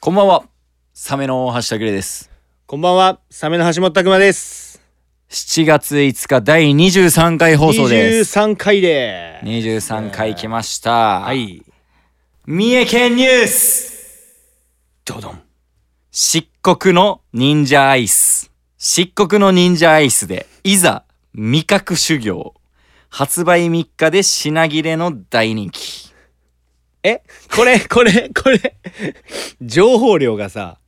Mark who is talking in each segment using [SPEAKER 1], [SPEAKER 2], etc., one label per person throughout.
[SPEAKER 1] こんばんは。サメの大橋拓也です。
[SPEAKER 2] こんばんは、サメの橋本拓馬です。
[SPEAKER 1] 7月5日第23回放送です。
[SPEAKER 2] 23回で。
[SPEAKER 1] 23回来ました。
[SPEAKER 2] はい。
[SPEAKER 1] 三重県ニュース
[SPEAKER 2] どどん。
[SPEAKER 1] 漆黒の忍者アイス。漆黒の忍者アイスで、いざ、味覚修行。発売3日で品切れの大人気。
[SPEAKER 2] えこれ、これ、これ。情報量がさ、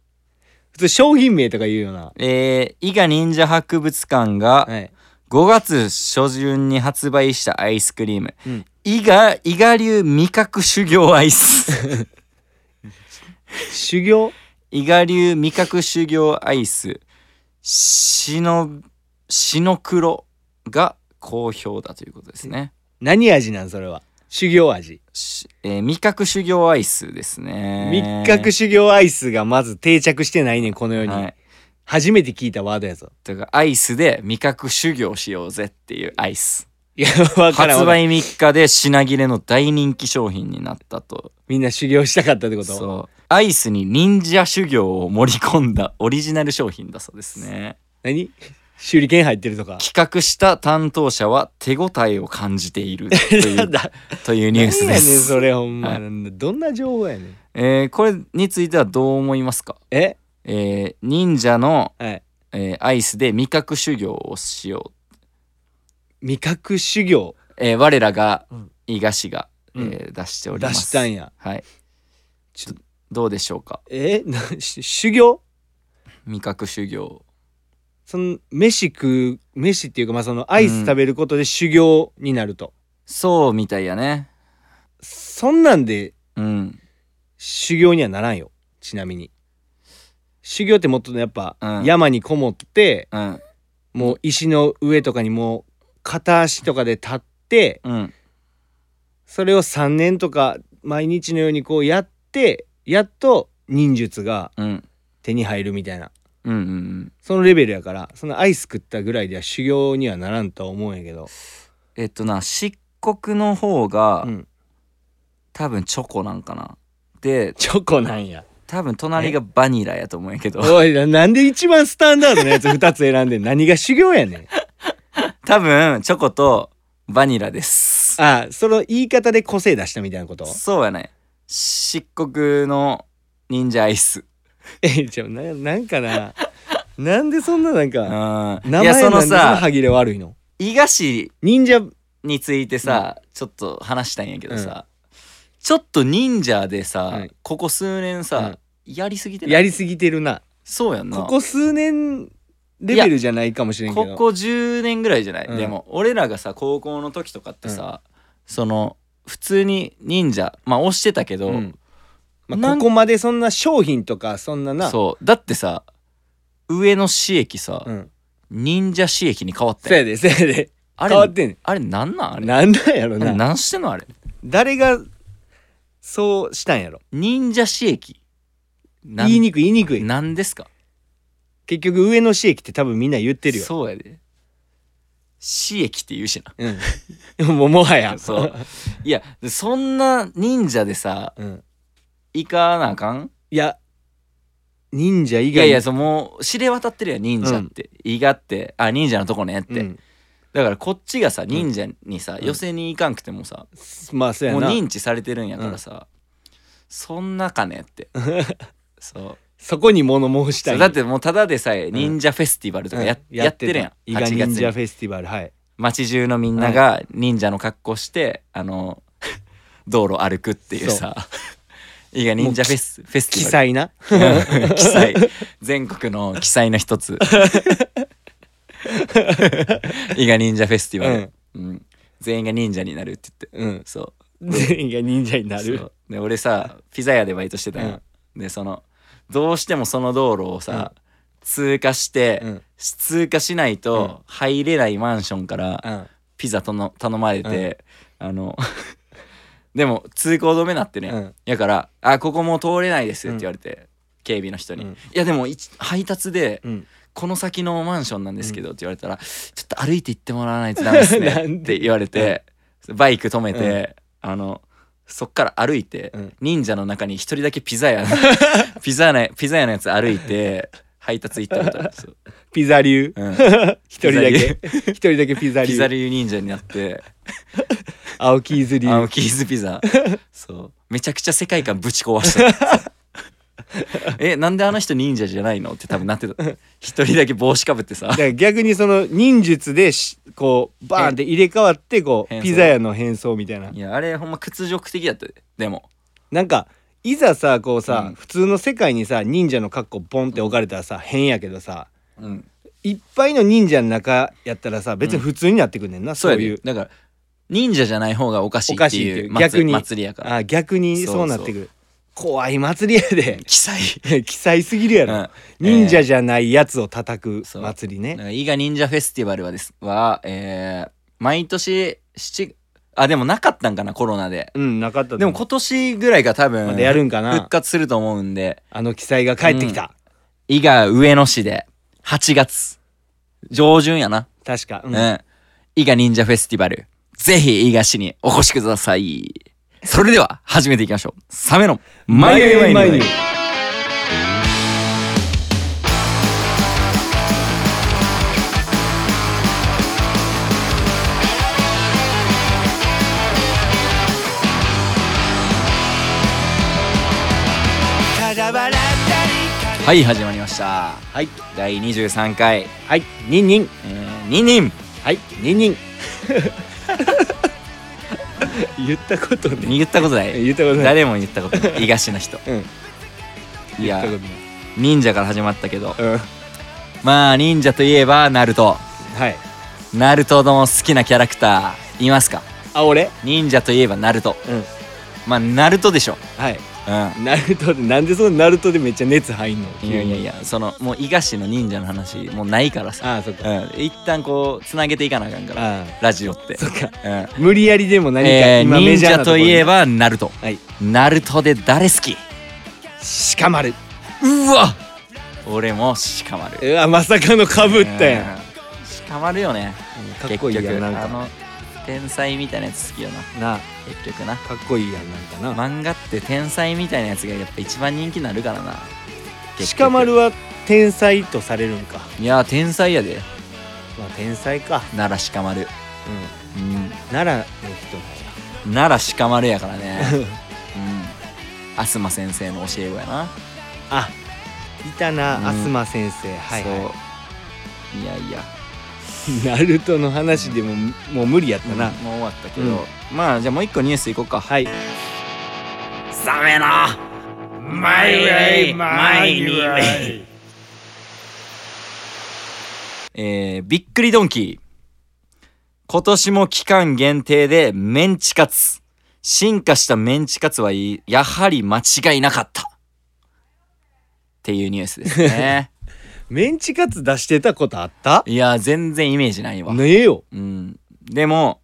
[SPEAKER 2] 普通商品名とか言うよな。
[SPEAKER 1] えー、伊賀忍者博物館が
[SPEAKER 2] はい。
[SPEAKER 1] 5月初旬に発売したアイスクリーム。
[SPEAKER 2] うん
[SPEAKER 1] 伊賀、伊賀流味覚修行アイス。
[SPEAKER 2] 修行
[SPEAKER 1] 伊賀流味覚修行アイスしのしの黒が好評だということですね、
[SPEAKER 2] 何味なんそれは。修行味。
[SPEAKER 1] しえー味覚修行アイスですね
[SPEAKER 2] 密覚修行アイスがまず定着してないねん、この世に。
[SPEAKER 1] はい
[SPEAKER 2] 初めて聞いたワードやぞ。
[SPEAKER 1] だからアイスで味覚修行しようぜっていうアイス
[SPEAKER 2] いや、わからん。
[SPEAKER 1] 発
[SPEAKER 2] わからん
[SPEAKER 1] 売3日で品切れの大人気商品になったと
[SPEAKER 2] みんな修行したかったってこと
[SPEAKER 1] そうアイスに忍者修行を盛り込んだオリジナル商品だそうですね
[SPEAKER 2] 何手裏剣入ってる とか。
[SPEAKER 1] 企画した担当者は手応えを感じていると い
[SPEAKER 2] や
[SPEAKER 1] う
[SPEAKER 2] だ
[SPEAKER 1] というニュースで
[SPEAKER 2] 何やねん
[SPEAKER 1] す。
[SPEAKER 2] それほんま、
[SPEAKER 1] はい
[SPEAKER 2] どんな情報やねん
[SPEAKER 1] えーこれについてはどう思いますか、
[SPEAKER 2] え
[SPEAKER 1] えー忍者の、
[SPEAKER 2] はい
[SPEAKER 1] えーアイスで味覚修行をしよ
[SPEAKER 2] 味覚修行
[SPEAKER 1] う。えー我らが
[SPEAKER 2] うん
[SPEAKER 1] 伊賀市が、
[SPEAKER 2] うん
[SPEAKER 1] えー出しておりま
[SPEAKER 2] 出
[SPEAKER 1] す。
[SPEAKER 2] したんや
[SPEAKER 1] はい。
[SPEAKER 2] ちょっと
[SPEAKER 1] どうでしょうか
[SPEAKER 2] え なし修行
[SPEAKER 1] 味覚修行。
[SPEAKER 2] その飯食う飯っていうかまあそのアイス食べることで修行になると、
[SPEAKER 1] そうみたいやね。
[SPEAKER 2] そんなんで
[SPEAKER 1] うん。
[SPEAKER 2] 修行にはならんよちなみに修行ってもっとやっぱ、
[SPEAKER 1] うん
[SPEAKER 2] 山にこもって
[SPEAKER 1] うん。
[SPEAKER 2] もう石の上とかにもう片足とかで立って
[SPEAKER 1] うん。
[SPEAKER 2] それを3年とか毎日のようにこうやってやっと忍術が
[SPEAKER 1] うん。うん。
[SPEAKER 2] 手に入るみたいな
[SPEAKER 1] うんうん。
[SPEAKER 2] そのレベルやからそのアイス食ったぐらいでは修行にはならんとは思うんやけど
[SPEAKER 1] えっとな、漆黒の方が、
[SPEAKER 2] うん
[SPEAKER 1] 多分チョコなんかな。で、
[SPEAKER 2] チョコな んや
[SPEAKER 1] 多分隣がバニラやと思うんやけど。
[SPEAKER 2] おいななんで一番スタンダードなやつ2つ選んでん何が修行やねん
[SPEAKER 1] 多分チョコとバニラです
[SPEAKER 2] あその言い方で個性出したみたい なこと
[SPEAKER 1] そうやね漆黒の忍者アイス
[SPEAKER 2] えちょななんかななんでそんななん
[SPEAKER 1] うん
[SPEAKER 2] か
[SPEAKER 1] い
[SPEAKER 2] 名前
[SPEAKER 1] やそ
[SPEAKER 2] な
[SPEAKER 1] の
[SPEAKER 2] んでその
[SPEAKER 1] さ
[SPEAKER 2] 歯切れ悪いの
[SPEAKER 1] 伊賀市
[SPEAKER 2] 忍者
[SPEAKER 1] についてさ、ちょっと話したいんやけどさ、ちょっと忍者でさ、
[SPEAKER 2] はい
[SPEAKER 1] ここ数年さ、やりすぎてない
[SPEAKER 2] やりすぎてるな
[SPEAKER 1] そうやんな
[SPEAKER 2] ここ数年レベルじゃないかもしれんけ
[SPEAKER 1] こ
[SPEAKER 2] ど
[SPEAKER 1] こ10年ぐらいじゃない、
[SPEAKER 2] うん
[SPEAKER 1] でも俺らがさ高校の時とかってさ、その普通に忍者まあ押してたけど、
[SPEAKER 2] うんま
[SPEAKER 1] な
[SPEAKER 2] あ、
[SPEAKER 1] ん
[SPEAKER 2] ここまでそんな商品とかそんなな
[SPEAKER 1] そうだってさ上の市駅さ、
[SPEAKER 2] うん、
[SPEAKER 1] 忍者刺激に変わった
[SPEAKER 2] そ
[SPEAKER 1] よ
[SPEAKER 2] やでそやで
[SPEAKER 1] あ
[SPEAKER 2] 変わっ
[SPEAKER 1] れ
[SPEAKER 2] てんねん
[SPEAKER 1] あれなんなんあれ
[SPEAKER 2] なんなんやろ
[SPEAKER 1] あれ
[SPEAKER 2] な
[SPEAKER 1] なんしてんのあれ
[SPEAKER 2] 誰がそうしたんやろ
[SPEAKER 1] 忍者刺激なん
[SPEAKER 2] 言いにくい言いにくい
[SPEAKER 1] なんですか
[SPEAKER 2] 結局上野市駅って多分みんな言ってるよ
[SPEAKER 1] そうやで刺激って言うしな
[SPEAKER 2] う、ん、もうもはや
[SPEAKER 1] そう いやそんな忍者でさ
[SPEAKER 2] うん、
[SPEAKER 1] 行かなあかん
[SPEAKER 2] いや忍者以
[SPEAKER 1] いや
[SPEAKER 2] 外
[SPEAKER 1] いやそうもう知れ渡ってるやん忍者って伊賀ってあ忍者のとこねって、
[SPEAKER 2] うん
[SPEAKER 1] だからこっちがさ忍者にさ、
[SPEAKER 2] うん
[SPEAKER 1] 寄せに行かんくてもさ、
[SPEAKER 2] まあそうや
[SPEAKER 1] もう
[SPEAKER 2] な
[SPEAKER 1] 認知されてるんやからさ、そんなかねって そう
[SPEAKER 2] そこに物申した
[SPEAKER 1] そう
[SPEAKER 2] い
[SPEAKER 1] だってもうただでさえ忍者フェスティバルとかや,、
[SPEAKER 2] うん
[SPEAKER 1] やってるやん
[SPEAKER 2] 伊賀
[SPEAKER 1] 8
[SPEAKER 2] 忍
[SPEAKER 1] 月
[SPEAKER 2] 者
[SPEAKER 1] に
[SPEAKER 2] フェスティバルはい
[SPEAKER 1] 街中のみんなが忍者の格好して、あの 道路歩くっていうさ 伊賀忍者フェスフェステ
[SPEAKER 2] 記
[SPEAKER 1] ィバル
[SPEAKER 2] 載な
[SPEAKER 1] 記載全国の記載の一 つ伊賀忍者フェスティバル、うん全員が忍者になるって言って
[SPEAKER 2] うん
[SPEAKER 1] そう
[SPEAKER 2] 全員が忍者にな
[SPEAKER 1] そ
[SPEAKER 2] る
[SPEAKER 1] うで俺さピザ屋でバイトしてたやん、でそのどうしてもその道路をさ、通過して、
[SPEAKER 2] うん
[SPEAKER 1] 通過しないと入れないマンションから
[SPEAKER 2] うん
[SPEAKER 1] ピザとの頼まれて、あの でも通行止めなってね、
[SPEAKER 2] うん
[SPEAKER 1] やから「あここもう通れないです」って言われて、警備の人に「
[SPEAKER 2] うん
[SPEAKER 1] いやでも一配達で
[SPEAKER 2] うん
[SPEAKER 1] この先のマンションなんですけど」って言われたら「ちょっと 歩いて行ってもらわないとダメですね」
[SPEAKER 2] なん
[SPEAKER 1] って言われてバイク止めて、あのそっから歩いて、
[SPEAKER 2] うん
[SPEAKER 1] 忍者の中に一人だけピザ 屋のピザ屋のピザ屋のやつ歩いて配達行ったことあるんですよ、
[SPEAKER 2] ピザ流。
[SPEAKER 1] うん、
[SPEAKER 2] 一人だけ。一人だけピザ
[SPEAKER 1] ピザ
[SPEAKER 2] 流。
[SPEAKER 1] 流忍者になって
[SPEAKER 2] 青木伊豆
[SPEAKER 1] あ
[SPEAKER 2] 流
[SPEAKER 1] の。キーズピ ザそうめちゃくちゃ世界観ぶち壊した えなんであの人忍者じゃないのって多分なってた一人だけ帽子かぶ ってさ
[SPEAKER 2] だから逆にその忍術でしこうバーンって入れ替わってこう
[SPEAKER 1] 変装
[SPEAKER 2] ピザ屋の変装みたいない
[SPEAKER 1] やあれほんま屈辱的だったででも
[SPEAKER 2] なんかいざさこうさ、
[SPEAKER 1] うん
[SPEAKER 2] 普通の世界にさ忍者の格好ボンって置かれたらさ変やけどさ
[SPEAKER 1] うん
[SPEAKER 2] いっぱいの忍者の中やったらさ別に普通になってくんねんな、
[SPEAKER 1] そ
[SPEAKER 2] そう
[SPEAKER 1] や
[SPEAKER 2] うい
[SPEAKER 1] で
[SPEAKER 2] う
[SPEAKER 1] だから忍者じゃない方がおかしい
[SPEAKER 2] お
[SPEAKER 1] っ
[SPEAKER 2] か
[SPEAKER 1] て
[SPEAKER 2] しいって
[SPEAKER 1] い
[SPEAKER 2] いうう
[SPEAKER 1] 祭
[SPEAKER 2] 逆に
[SPEAKER 1] 祭りやから
[SPEAKER 2] あ逆にそうなってくる怖い祭りやで
[SPEAKER 1] 奇才
[SPEAKER 2] 記載すぎるやろ、
[SPEAKER 1] うん
[SPEAKER 2] 忍者じゃないやつを叩く
[SPEAKER 1] そう
[SPEAKER 2] 祭り
[SPEAKER 1] だか
[SPEAKER 2] ね
[SPEAKER 1] ら伊賀忍者フェスティバルはですはえー毎年7あでもなかったんかなコロナで
[SPEAKER 2] うんなかったと
[SPEAKER 1] で
[SPEAKER 2] 思
[SPEAKER 1] も
[SPEAKER 2] う
[SPEAKER 1] 今年ぐらいが多分
[SPEAKER 2] まだやるんかな
[SPEAKER 1] 復活すると思うんで
[SPEAKER 2] あの記載が帰ってきた、
[SPEAKER 1] 伊賀上野市で8月上旬やな。
[SPEAKER 2] 確か、う
[SPEAKER 1] うんん。伊賀忍者フェスティバル。ぜひ伊賀市にお越しください。それでは始めていきましょう。サメの前より前に。はい、始まりました。
[SPEAKER 2] はい
[SPEAKER 1] 第23回、
[SPEAKER 2] はいニンニン
[SPEAKER 1] えー、ニンニン。
[SPEAKER 2] はいニンニン 言ったことね
[SPEAKER 1] 言ったことない。
[SPEAKER 2] 言ったことない
[SPEAKER 1] 誰も言ったことない。伊賀市の人。
[SPEAKER 2] うん
[SPEAKER 1] い
[SPEAKER 2] 言っ
[SPEAKER 1] や
[SPEAKER 2] た、こと
[SPEAKER 1] 忍者から始まったけど。
[SPEAKER 2] ないうん
[SPEAKER 1] まあ、忍者といえば、ナルト。
[SPEAKER 2] はい
[SPEAKER 1] ナルトの好きなキャラクター、いますか
[SPEAKER 2] あ俺
[SPEAKER 1] 忍者といえばナルト。
[SPEAKER 2] うん
[SPEAKER 1] まあ、ナルトでしょ。
[SPEAKER 2] はい
[SPEAKER 1] うん。
[SPEAKER 2] ナルトでなんでそのナルトでめっちゃ熱入んの
[SPEAKER 1] いやいやいやそのもう伊賀市の忍者の話もうないからさ、
[SPEAKER 2] ああそっ
[SPEAKER 1] う
[SPEAKER 2] か
[SPEAKER 1] ん、一旦こうつなげていかなあかんから
[SPEAKER 2] ああ
[SPEAKER 1] ラジオって
[SPEAKER 2] そっか
[SPEAKER 1] うん
[SPEAKER 2] 無理やりでも何か
[SPEAKER 1] えー
[SPEAKER 2] 今
[SPEAKER 1] 忍
[SPEAKER 2] メジャーな
[SPEAKER 1] 者
[SPEAKER 2] とことろ
[SPEAKER 1] い
[SPEAKER 2] に
[SPEAKER 1] えばナルト
[SPEAKER 2] はい
[SPEAKER 1] ナルトで誰好き
[SPEAKER 2] 鹿丸
[SPEAKER 1] うわ俺も鹿丸
[SPEAKER 2] うわまさかのかぶったやん
[SPEAKER 1] うん鹿丸よね
[SPEAKER 2] かっこいいや
[SPEAKER 1] 結
[SPEAKER 2] ん
[SPEAKER 1] 局
[SPEAKER 2] なん
[SPEAKER 1] あ
[SPEAKER 2] か
[SPEAKER 1] の天才みたいなやつ好きよな
[SPEAKER 2] な
[SPEAKER 1] 結局な
[SPEAKER 2] かっこいいやんなんかな
[SPEAKER 1] 漫画って天才みたいなやつがやっぱ一番人気になるからな結局
[SPEAKER 2] 鹿丸は天才とされるんか
[SPEAKER 1] いや天才やで
[SPEAKER 2] まあ天才か
[SPEAKER 1] 奈良鹿丸
[SPEAKER 2] う
[SPEAKER 1] うん
[SPEAKER 2] ん奈良の人だ
[SPEAKER 1] 奈良鹿丸やから ね
[SPEAKER 2] よ
[SPEAKER 1] うんアスマ先生の教え子やな、
[SPEAKER 2] あいた
[SPEAKER 1] うん
[SPEAKER 2] なあすま先生はいはい
[SPEAKER 1] そういやいや
[SPEAKER 2] ナルトの話でももう無理やったな、
[SPEAKER 1] もう終わったけど、まあじゃあもう一個ニュースいこうか
[SPEAKER 2] はい
[SPEAKER 1] サメのマイウェイマイニーイえー、びっくりドンキー今年も期間限定でメンチカツ進化したメンチカツはいやはり間違いなかったっていうニュースです ね
[SPEAKER 2] メンチカツ出してたことあった
[SPEAKER 1] いや全然イメージないわ
[SPEAKER 2] ねえよ
[SPEAKER 1] うん、でも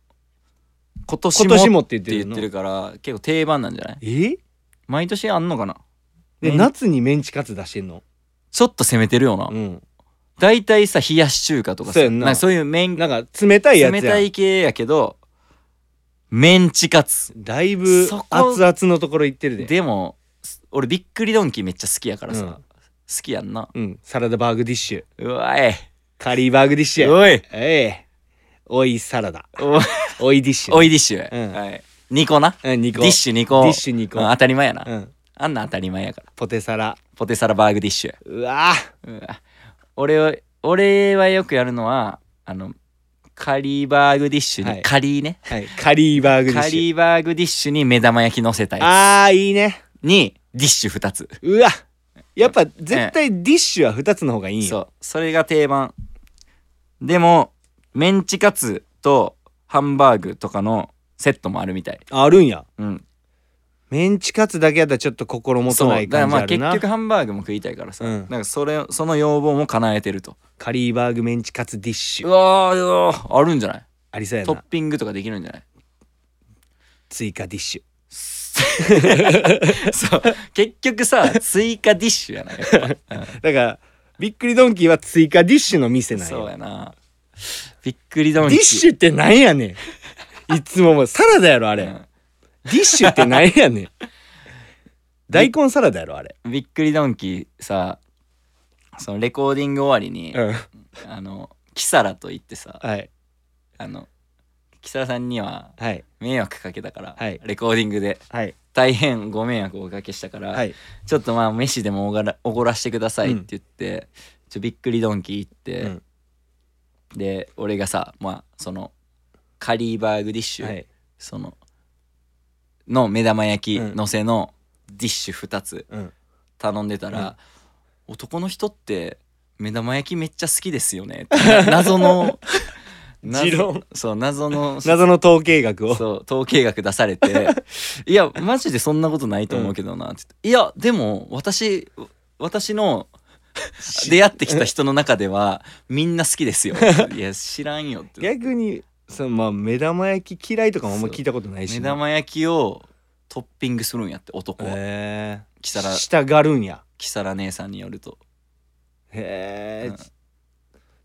[SPEAKER 1] 今年
[SPEAKER 2] 今
[SPEAKER 1] も
[SPEAKER 2] 年もって言
[SPEAKER 1] っ
[SPEAKER 2] っ
[SPEAKER 1] て
[SPEAKER 2] てる
[SPEAKER 1] 言っ
[SPEAKER 2] の
[SPEAKER 1] てるから結構定番なんじゃない
[SPEAKER 2] え
[SPEAKER 1] 毎年あんのかな
[SPEAKER 2] で
[SPEAKER 1] ね
[SPEAKER 2] 夏にメンチカツ出してんの
[SPEAKER 1] ちょっと攻めてるよな、
[SPEAKER 2] うん
[SPEAKER 1] 大体さ冷やし中華とかさ
[SPEAKER 2] そうやんな
[SPEAKER 1] なんかそういう麺
[SPEAKER 2] なんか冷たいやつ
[SPEAKER 1] 冷た
[SPEAKER 2] やん
[SPEAKER 1] い系やけどメンチカツ
[SPEAKER 2] だいぶ
[SPEAKER 1] そこ
[SPEAKER 2] 熱々のところ行ってるで
[SPEAKER 1] でもす俺びっくりドンキーめっちゃ好きやからさ、
[SPEAKER 2] うん
[SPEAKER 1] 好きやんな
[SPEAKER 2] うんサラダバーグディッシュ
[SPEAKER 1] うわえ
[SPEAKER 2] カリーバーグディッシュ
[SPEAKER 1] おい
[SPEAKER 2] ええおいサラダ
[SPEAKER 1] おい
[SPEAKER 2] おいディッシュ
[SPEAKER 1] おいディッシュ、
[SPEAKER 2] うん
[SPEAKER 1] はい、2個な
[SPEAKER 2] うん2
[SPEAKER 1] デ
[SPEAKER 2] 個
[SPEAKER 1] ィッシュ2個
[SPEAKER 2] ディッシュ2個
[SPEAKER 1] うん当たり前やな、
[SPEAKER 2] うん
[SPEAKER 1] あんな当たり前やから
[SPEAKER 2] ポテサラ
[SPEAKER 1] ポテサラバーグディッシュ
[SPEAKER 2] うわ
[SPEAKER 1] うわ俺は俺はよくやるのはあのカリーバーグディッシュに、
[SPEAKER 2] はい
[SPEAKER 1] カリーね
[SPEAKER 2] はいカリーバーグディッ
[SPEAKER 1] カ
[SPEAKER 2] シュ
[SPEAKER 1] リーバーグディッシュに目玉焼き乗せたや
[SPEAKER 2] あーいいね
[SPEAKER 1] つにディッシュ2つ
[SPEAKER 2] うわやっぱ絶対ディッシュは2つの方がいいん
[SPEAKER 1] そ
[SPEAKER 2] よ
[SPEAKER 1] うそれが定番でもメンチカツとハンバーグとかのセットもあるみたい
[SPEAKER 2] あるんや
[SPEAKER 1] うん
[SPEAKER 2] メンチカツだけやったらちょっと心もとな
[SPEAKER 1] そう
[SPEAKER 2] い
[SPEAKER 1] だから
[SPEAKER 2] 感じ
[SPEAKER 1] ま
[SPEAKER 2] あ
[SPEAKER 1] あ
[SPEAKER 2] る
[SPEAKER 1] 結局
[SPEAKER 2] な
[SPEAKER 1] ハンバーグも食いたいからさ、
[SPEAKER 2] うん
[SPEAKER 1] なんかそれその要望も叶えてると
[SPEAKER 2] カリーバーグメンチカツディッシ
[SPEAKER 1] う
[SPEAKER 2] ュ
[SPEAKER 1] わーうわーあるんじゃない
[SPEAKER 2] ありそうや
[SPEAKER 1] トッ
[SPEAKER 2] な
[SPEAKER 1] ピングとかできるんじゃない
[SPEAKER 2] 追加ディッシュ
[SPEAKER 1] そう結局さ追加ディッシュやなやっ
[SPEAKER 2] だからびっくりドンキーは追加ディッシュの店
[SPEAKER 1] ぱ
[SPEAKER 2] なん
[SPEAKER 1] そう
[SPEAKER 2] よ
[SPEAKER 1] やなびっくりドン
[SPEAKER 2] デ
[SPEAKER 1] キ
[SPEAKER 2] ィッシュってなんやねんいつももうサラダやろあ
[SPEAKER 1] ュ
[SPEAKER 2] れ、
[SPEAKER 1] うん
[SPEAKER 2] ディッシュって何や ねん大根サラダやろあれ
[SPEAKER 1] びっくりドンキーさそのレコーディング終わりに、
[SPEAKER 2] うん
[SPEAKER 1] あのキサラと言ってさ
[SPEAKER 2] はい
[SPEAKER 1] あのキサラさんには
[SPEAKER 2] はい
[SPEAKER 1] 迷惑かけたから、
[SPEAKER 2] はい
[SPEAKER 1] レコーディングで
[SPEAKER 2] はい
[SPEAKER 1] 大変ご迷惑をおかけしたから、
[SPEAKER 2] はい
[SPEAKER 1] ちょっとまあ飯でもおごらおごらしてくださいって言って、ちょびっくりドンキー行って、
[SPEAKER 2] うん
[SPEAKER 1] で俺がさまあそのカリーバーグディッシュ、
[SPEAKER 2] はい
[SPEAKER 1] そのの目玉焼きのせのディッシュ2つ
[SPEAKER 2] うん
[SPEAKER 1] 頼んでたら、男の人って目玉焼きめっちゃ好きですよねって謎 の謎
[SPEAKER 2] 持論
[SPEAKER 1] そう謎の
[SPEAKER 2] 謎の統計学を
[SPEAKER 1] そう統計学出され て「いやマジでそんなことないと思うけどな」って言っていやでも私私の出会ってきた人の中ではみんな好きですよ」いや知らんよ」 って
[SPEAKER 2] 逆にそのまあ目玉焼き嫌いとかもあんま聞いたことないし
[SPEAKER 1] 目
[SPEAKER 2] な
[SPEAKER 1] 玉焼きをトッピングするんやって男は、
[SPEAKER 2] へえ
[SPEAKER 1] キサラ
[SPEAKER 2] 従るんや
[SPEAKER 1] キサラ姉さんによると
[SPEAKER 2] へえ、
[SPEAKER 1] うん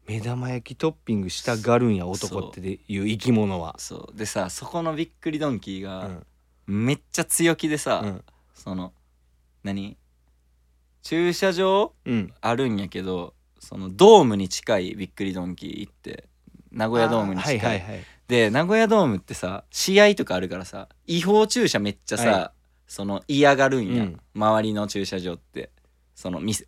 [SPEAKER 2] 目玉焼きトッピングしたがるんや男っていう生き物は
[SPEAKER 1] そうでさそこのびっくりドンキー
[SPEAKER 2] う
[SPEAKER 1] が
[SPEAKER 2] ん
[SPEAKER 1] めっちゃ強気でさ、
[SPEAKER 2] うん
[SPEAKER 1] その何駐車場
[SPEAKER 2] うん
[SPEAKER 1] あるんやけどそのドームに近いびっくりドンキー行って名古屋ドームに近い、
[SPEAKER 2] あはいはいはい
[SPEAKER 1] で名古屋ドームってさ試合とかあるからさ違法駐車めっちゃさ、
[SPEAKER 2] は
[SPEAKER 1] その嫌がるんや、
[SPEAKER 2] うん
[SPEAKER 1] 周りの駐車場ってその店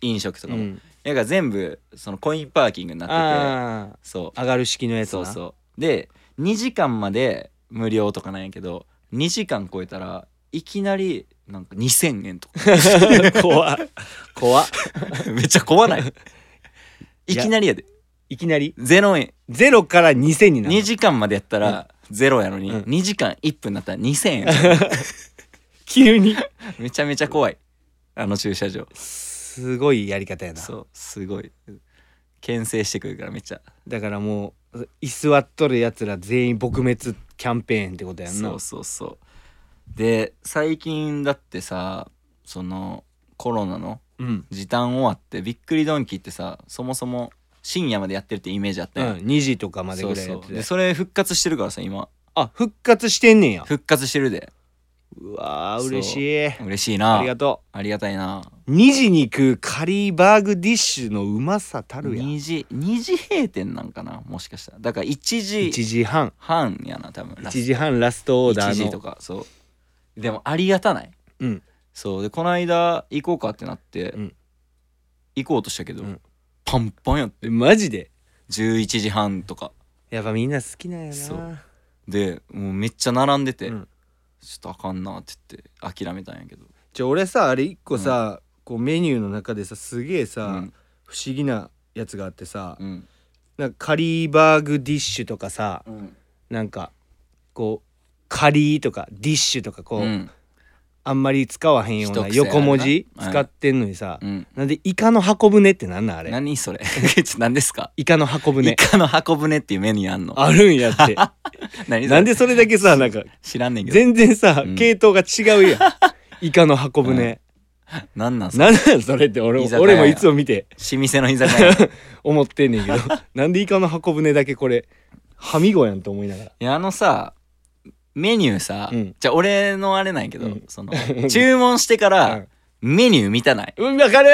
[SPEAKER 1] 飲食とか
[SPEAKER 2] う
[SPEAKER 1] も、
[SPEAKER 2] ん
[SPEAKER 1] やが全部そのコインパーキングになって
[SPEAKER 2] あ
[SPEAKER 1] てそ
[SPEAKER 2] あ上がる式の
[SPEAKER 1] う
[SPEAKER 2] やつ
[SPEAKER 1] そ
[SPEAKER 2] な
[SPEAKER 1] うそうで2時間まで無料とかなんやけど2時間超えたらいきなりなんか2,000円 とか
[SPEAKER 2] 怖っ怖っ
[SPEAKER 1] めっちゃ怖ないいきなりやで
[SPEAKER 2] いきなり
[SPEAKER 1] 0円
[SPEAKER 2] ゼロから2000になる
[SPEAKER 1] 2時間までやったらゼロやのに、
[SPEAKER 2] うん
[SPEAKER 1] 2時間1分だったら2,000円や から
[SPEAKER 2] 急に
[SPEAKER 1] めちゃめちゃ怖いあの駐車場
[SPEAKER 2] すごいやり方やな
[SPEAKER 1] そうすごい牽制してくるからめっちゃ
[SPEAKER 2] だからもう居座っとるやつら全員撲滅キャンペーンってことやんな
[SPEAKER 1] そうそうそうで最近だってさそのコロナの
[SPEAKER 2] うん、
[SPEAKER 1] 時短終わってびっくりドンキーってさそもそも深夜までやってるってイメージあった
[SPEAKER 2] うん、
[SPEAKER 1] やん、
[SPEAKER 2] 2時とかまでぐらいや
[SPEAKER 1] そ
[SPEAKER 2] っ
[SPEAKER 1] う
[SPEAKER 2] て
[SPEAKER 1] そう
[SPEAKER 2] て
[SPEAKER 1] でそれ復活してるからさ今
[SPEAKER 2] あ復活してんねんや
[SPEAKER 1] 復活してるで
[SPEAKER 2] うわー
[SPEAKER 1] そう
[SPEAKER 2] 嬉しい
[SPEAKER 1] 嬉しい
[SPEAKER 2] あ
[SPEAKER 1] な
[SPEAKER 2] りがと
[SPEAKER 1] ありがたいな
[SPEAKER 2] う2時に行くカリーバーグディッシュのうまさたるや
[SPEAKER 1] 2時2時閉店なんかなもしかしたらだから1
[SPEAKER 2] 1
[SPEAKER 1] 時
[SPEAKER 2] 時半
[SPEAKER 1] 半やな多分
[SPEAKER 2] 1時半ラストオーダ
[SPEAKER 1] 1
[SPEAKER 2] ー
[SPEAKER 1] 時
[SPEAKER 2] の
[SPEAKER 1] とかそうでもありがたない
[SPEAKER 2] うん
[SPEAKER 1] そうでこの間行こうかってなって、
[SPEAKER 2] うん
[SPEAKER 1] 行こうとしたけど、
[SPEAKER 2] うん
[SPEAKER 1] パンパンやって
[SPEAKER 2] えマジで
[SPEAKER 1] 11時半とか
[SPEAKER 2] やっぱみんな好きなんやな
[SPEAKER 1] そうでもうめっちゃ並んでて、
[SPEAKER 2] うん
[SPEAKER 1] ちょっとあかんなって言って諦めたんやけど、
[SPEAKER 2] じゃあ俺さあれ一個さ、こうメニューの中でさすげえさ、
[SPEAKER 1] うん
[SPEAKER 2] 不思議なやつがあってさ、
[SPEAKER 1] うん
[SPEAKER 2] なんかカリーバーグディッシュとかさ
[SPEAKER 1] うん
[SPEAKER 2] なんかこうカリーとかディッシュとかこう、
[SPEAKER 1] うん
[SPEAKER 2] あんまり使わへんような
[SPEAKER 1] 一癖あるな
[SPEAKER 2] 横文字
[SPEAKER 1] はい
[SPEAKER 2] 使ってんのにさ、
[SPEAKER 1] うん
[SPEAKER 2] なんでイカの箱舟ってなんなんあれ
[SPEAKER 1] 何それ ちょ何ですか
[SPEAKER 2] イカの箱
[SPEAKER 1] イ
[SPEAKER 2] 舟
[SPEAKER 1] カの箱舟っていうメニューあんの
[SPEAKER 2] あるんやって
[SPEAKER 1] 何 それ
[SPEAKER 2] なんでそれだけさなんか
[SPEAKER 1] 知らんねんけど
[SPEAKER 2] 全然さ、
[SPEAKER 1] うん
[SPEAKER 2] 系統が違うやんイカの箱舟、
[SPEAKER 1] 何なんすか
[SPEAKER 2] なんなんそれって俺
[SPEAKER 1] 居酒
[SPEAKER 2] も
[SPEAKER 1] 屋
[SPEAKER 2] 俺もいつも見て
[SPEAKER 1] 老舗の居酒屋い
[SPEAKER 2] 思ってんねんけど なんでイカの箱舟だけこれはみごやんと思いながら
[SPEAKER 1] やあのさメニューさ、
[SPEAKER 2] うん
[SPEAKER 1] じゃあ俺のあれなんやけど、
[SPEAKER 2] うん
[SPEAKER 1] その注文してからメニュー見たない
[SPEAKER 2] うんわかる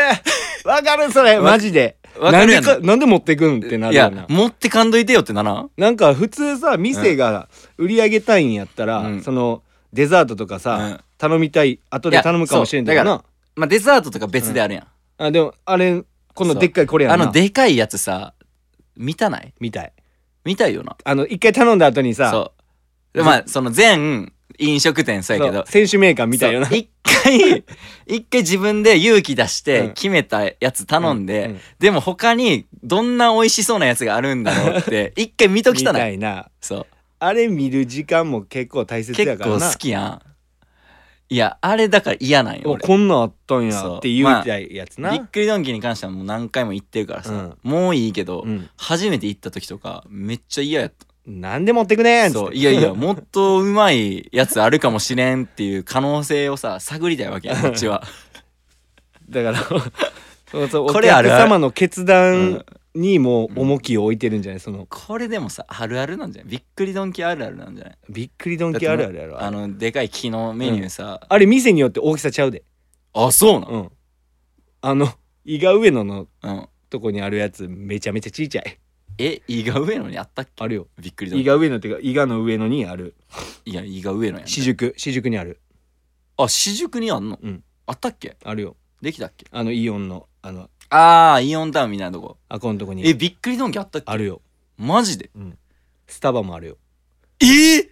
[SPEAKER 2] わかるそれ
[SPEAKER 1] わ
[SPEAKER 2] マジで
[SPEAKER 1] わ
[SPEAKER 2] な
[SPEAKER 1] か
[SPEAKER 2] ん
[SPEAKER 1] る
[SPEAKER 2] で
[SPEAKER 1] やん
[SPEAKER 2] かなんで持ってくんってないるよ
[SPEAKER 1] や
[SPEAKER 2] な
[SPEAKER 1] 持ってかんどいてよってならん
[SPEAKER 2] なんか普通さ店が売り上げたいんやったら、
[SPEAKER 1] うん
[SPEAKER 2] そのデザートとかさ、
[SPEAKER 1] うん
[SPEAKER 2] 頼みたい後で頼むかもしれんけど
[SPEAKER 1] いや
[SPEAKER 2] な
[SPEAKER 1] まあデザートとか別であるやん、
[SPEAKER 2] あでもあれこのでっかいこれや
[SPEAKER 1] あ
[SPEAKER 2] んな
[SPEAKER 1] のでかいやつさ見たない
[SPEAKER 2] みたい
[SPEAKER 1] 見たいよな
[SPEAKER 2] あの一回頼んだ後にさ
[SPEAKER 1] そうでまあその全飲食店そうやけ
[SPEAKER 2] そ
[SPEAKER 1] ど
[SPEAKER 2] う選手メーカーみたいよな
[SPEAKER 1] そう一回 一回自分で勇気出し
[SPEAKER 2] う
[SPEAKER 1] て
[SPEAKER 2] ん
[SPEAKER 1] 決めたやつ頼んで、
[SPEAKER 2] うう
[SPEAKER 1] でも他にどんな美味しそうなやつがあるんだろうって 一回見と
[SPEAKER 2] み
[SPEAKER 1] きたな
[SPEAKER 2] た
[SPEAKER 1] い
[SPEAKER 2] いな
[SPEAKER 1] そ
[SPEAKER 2] あれ見る時間も結構大
[SPEAKER 1] う
[SPEAKER 2] 切や
[SPEAKER 1] 結
[SPEAKER 2] からな
[SPEAKER 1] 構好きやんいやあれだから嫌なんよ
[SPEAKER 2] お
[SPEAKER 1] 俺
[SPEAKER 2] こんなんあったんや
[SPEAKER 1] そう
[SPEAKER 2] って言うみたいやつな、
[SPEAKER 1] びっくりドンキーに関してはもう何回も言ってるからさ、
[SPEAKER 2] うん
[SPEAKER 1] もういいけど、
[SPEAKER 2] うん
[SPEAKER 1] 初めて行った時とかめっちゃ嫌やった
[SPEAKER 2] なんで持ってくねんっつって
[SPEAKER 1] そういやいやもっとうまいやつあるかもしれんっていう可能性をさ探りたいわけやんこっちは
[SPEAKER 2] だからそうそうお
[SPEAKER 1] こ
[SPEAKER 2] 客
[SPEAKER 1] れあるある
[SPEAKER 2] 様の決断にもう重きを置いてるんじゃないその
[SPEAKER 1] これでもさあるあるなんじゃないびっくりドンキーあるあるなんじゃない
[SPEAKER 2] びっくりドンキーあるあるやろ
[SPEAKER 1] あのでかい木のメニューさ、
[SPEAKER 2] あれ店によって大きさちゃうで
[SPEAKER 1] あそうな
[SPEAKER 2] う
[SPEAKER 1] の
[SPEAKER 2] んあの伊賀上野の
[SPEAKER 1] うん、
[SPEAKER 2] とこにあるやつめちゃめちゃちっちゃい
[SPEAKER 1] え胃が上野にあったっけ
[SPEAKER 2] あるよ
[SPEAKER 1] びっくりドン
[SPEAKER 2] 伊
[SPEAKER 1] キー
[SPEAKER 2] 賀上野っていうか伊賀の上野にある
[SPEAKER 1] いや胃が上野やん
[SPEAKER 2] 私塾私塾にある
[SPEAKER 1] あ私塾にあんの、
[SPEAKER 2] うん
[SPEAKER 1] あったっけ
[SPEAKER 2] あるよ
[SPEAKER 1] できたっけ
[SPEAKER 2] あのイオンのあの
[SPEAKER 1] ああイオンタウンみたいなとこ
[SPEAKER 2] あこのとこに
[SPEAKER 1] えびっくりドンキーあったっけ
[SPEAKER 2] あるよ
[SPEAKER 1] マジで
[SPEAKER 2] スタバもあるよ
[SPEAKER 1] えー、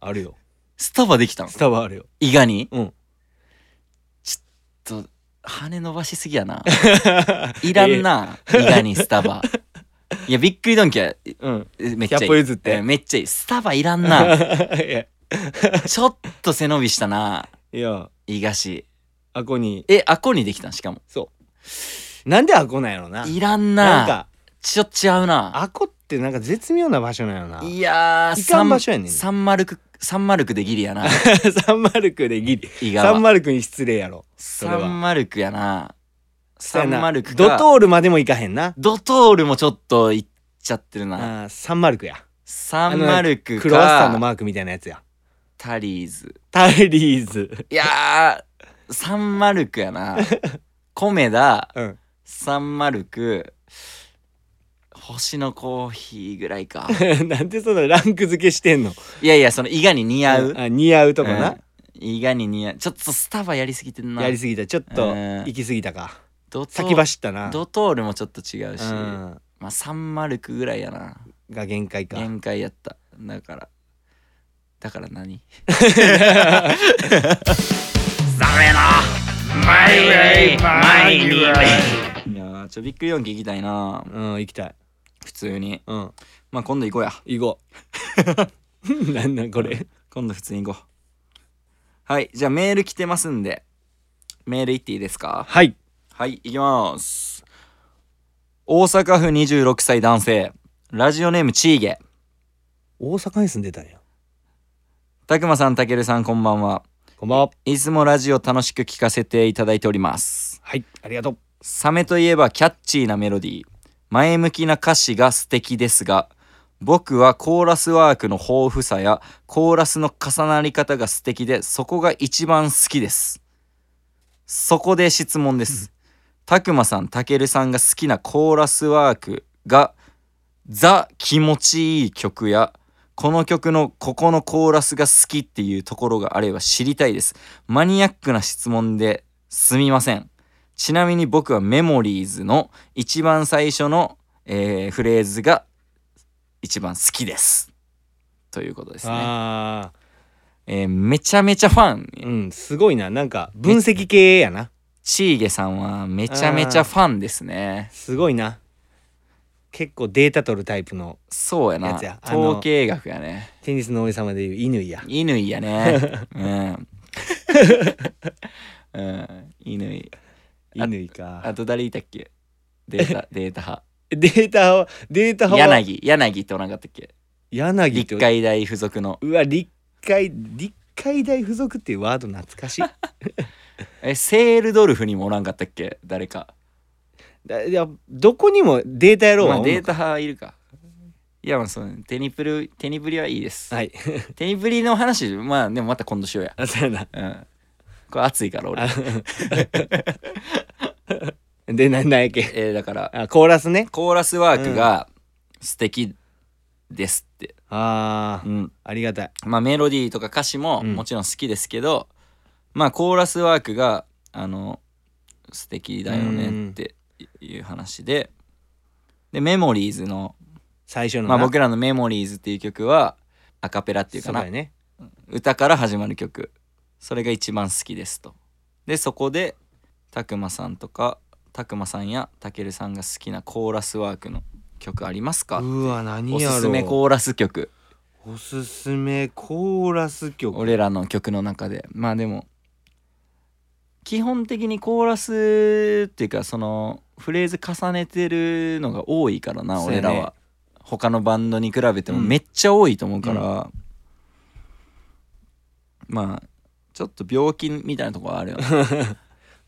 [SPEAKER 2] あるよ
[SPEAKER 1] スタバできたの
[SPEAKER 2] スタバあるよ
[SPEAKER 1] 伊賀に
[SPEAKER 2] うん
[SPEAKER 1] ちょっと羽伸ばしすぎやないらんな伊賀にスタ バいやびっくりドンキーは
[SPEAKER 2] うん
[SPEAKER 1] えめっちゃい
[SPEAKER 2] 100
[SPEAKER 1] い
[SPEAKER 2] 歩譲っ
[SPEAKER 1] え
[SPEAKER 2] て
[SPEAKER 1] めっちゃいいスタバいらん
[SPEAKER 2] い
[SPEAKER 1] な
[SPEAKER 2] や
[SPEAKER 1] ちょっと背伸びしたない
[SPEAKER 2] や
[SPEAKER 1] 伊賀市
[SPEAKER 2] あこに
[SPEAKER 1] えアコにできたんしかも
[SPEAKER 2] なんであこなんやろない
[SPEAKER 1] らん
[SPEAKER 2] な
[SPEAKER 1] な
[SPEAKER 2] んか
[SPEAKER 1] ちょっと違うな
[SPEAKER 2] あこってなんか絶妙な場所なんやろない
[SPEAKER 1] やー
[SPEAKER 2] いかん場所やねん
[SPEAKER 1] サンマルクサンマルクでギリやな
[SPEAKER 2] サンマルクでギリ
[SPEAKER 1] 伊賀
[SPEAKER 2] サン
[SPEAKER 1] は
[SPEAKER 2] マルクに失礼やろれ
[SPEAKER 1] サ
[SPEAKER 2] は
[SPEAKER 1] ンマルクやな
[SPEAKER 2] そ
[SPEAKER 1] サ
[SPEAKER 2] や
[SPEAKER 1] ン
[SPEAKER 2] な
[SPEAKER 1] マルク
[SPEAKER 2] ド
[SPEAKER 1] か
[SPEAKER 2] トールまでも行かへんな
[SPEAKER 1] ドトールもちょっといっちゃってる
[SPEAKER 2] あ
[SPEAKER 1] な
[SPEAKER 2] ーサンマルクや
[SPEAKER 1] サンマルク
[SPEAKER 2] クロワッサンの
[SPEAKER 1] か
[SPEAKER 2] マークみたいなやつや
[SPEAKER 1] タリーズ
[SPEAKER 2] タリーズ
[SPEAKER 1] いやーサンマルクや なコメダ
[SPEAKER 2] うん
[SPEAKER 1] サンマルク星のコーヒーぐらいか
[SPEAKER 2] なんでそのランク付けしてんの
[SPEAKER 1] いやいやその伊賀に似合う、
[SPEAKER 2] あ似合うとこ
[SPEAKER 1] う
[SPEAKER 2] なん
[SPEAKER 1] 伊賀に似合うちょっとスタバやりすぎてんな
[SPEAKER 2] やりすぎたちょっと
[SPEAKER 1] うん
[SPEAKER 2] 行き過ぎたか
[SPEAKER 1] ドト
[SPEAKER 2] 先走ったな
[SPEAKER 1] ドトールもちょっと違うし、
[SPEAKER 2] うん
[SPEAKER 1] まあサンマルクぐらいやな
[SPEAKER 2] が限界か
[SPEAKER 1] 限界やっただからだから何いやーちょびっくりドンキー行きたいな
[SPEAKER 2] うん行きたい
[SPEAKER 1] 普通に
[SPEAKER 2] うん
[SPEAKER 1] まあ今度行こうや
[SPEAKER 2] 行こ うなんなんこれ
[SPEAKER 1] 今度普通に行こうはいじゃあメール来てますんでメール行っていいですか
[SPEAKER 2] はい
[SPEAKER 1] はい、行きます。大阪府26歳男性、ラジオネームチーゲ。
[SPEAKER 2] 大阪に住んでたんや
[SPEAKER 1] たくまさん、たけるさん、こんばんは。
[SPEAKER 2] こんばんはい
[SPEAKER 1] つもラジオ楽しく聞かせていただいております。
[SPEAKER 2] はいありがとう
[SPEAKER 1] サメといえばキャッチーなメロディー、前向きな歌詞が素敵ですが、僕はコーラスワークの豊富さやコーラスの重なり方が素敵でそこが一番好きですそこで質問ですたくまさんたけるさんが好きなコーラスワークがザ気持ちいい曲やこの曲のここのコーラスが好きっていうところがあれば知りたいですマニアックな質問ですみませんちなみに僕はメモリーズの一番最初の、えーフレーズが一番好きですということですね、
[SPEAKER 2] あ
[SPEAKER 1] えーめちゃめちゃファン
[SPEAKER 2] ーうんすごいななんか分析系やな
[SPEAKER 1] チーゲさんはめちゃめちゃファンですね
[SPEAKER 2] すごいな結構データ取るタイプの
[SPEAKER 1] そうやな
[SPEAKER 2] やつやあの
[SPEAKER 1] 統計学やね
[SPEAKER 2] テニスの王様でいう乾や
[SPEAKER 1] 乾や ねうん うん乾
[SPEAKER 2] 乾か
[SPEAKER 1] あと誰いたっけデー タデータ
[SPEAKER 2] データをデータを
[SPEAKER 1] 派柳柳っておらんかったっけ
[SPEAKER 2] 柳って
[SPEAKER 1] 立海大附属の
[SPEAKER 2] うわ立海立海大附属っていうワード懐かしい
[SPEAKER 1] えセールドルフにもおらんかったっけ誰か
[SPEAKER 2] だいやどこにもデータやろう
[SPEAKER 1] ま
[SPEAKER 2] は
[SPEAKER 1] あ
[SPEAKER 2] おんの
[SPEAKER 1] データ派いるかいやまあそのテニプルテニプリはいいです、
[SPEAKER 2] はい
[SPEAKER 1] テニプリの話まあでもまた今度しようや
[SPEAKER 2] あそうやな
[SPEAKER 1] うんこれ熱いから俺
[SPEAKER 2] でななんやっけ
[SPEAKER 1] えーだから
[SPEAKER 2] あコーラスね
[SPEAKER 1] コーラスワークが素敵ですって、
[SPEAKER 2] あ
[SPEAKER 1] う
[SPEAKER 2] ー
[SPEAKER 1] ん
[SPEAKER 2] ありがたい
[SPEAKER 1] まあ、メロディーとか歌詞も
[SPEAKER 2] うん
[SPEAKER 1] もちろん好きですけど、まあコーラスワークがあの素敵だよねっていう話で、でメモリーズの、
[SPEAKER 2] 最初の
[SPEAKER 1] ま
[SPEAKER 2] な
[SPEAKER 1] あ、僕らの「メモリーズ」っていう曲はアカペラっていうか
[SPEAKER 2] そ
[SPEAKER 1] な
[SPEAKER 2] うやね
[SPEAKER 1] 歌から始まる曲それが一番好きですとでそこでたくまさんとかたくまさんやたけるさんが好きなコーラスワークの曲ありますか
[SPEAKER 2] うわ何
[SPEAKER 1] お
[SPEAKER 2] やろ
[SPEAKER 1] すすめコーラス曲
[SPEAKER 2] おすすめコーラス曲
[SPEAKER 1] 俺らの曲の中でまあでも基本的にコーラスっていうかそのフレーズ重ねてるのが多いからな、
[SPEAKER 2] そうや
[SPEAKER 1] 俺ら
[SPEAKER 2] ね
[SPEAKER 1] は他のバンドに比べても
[SPEAKER 2] うん
[SPEAKER 1] めっちゃ多いと思うから、 まあちょっと病気みたいなとこはあるよね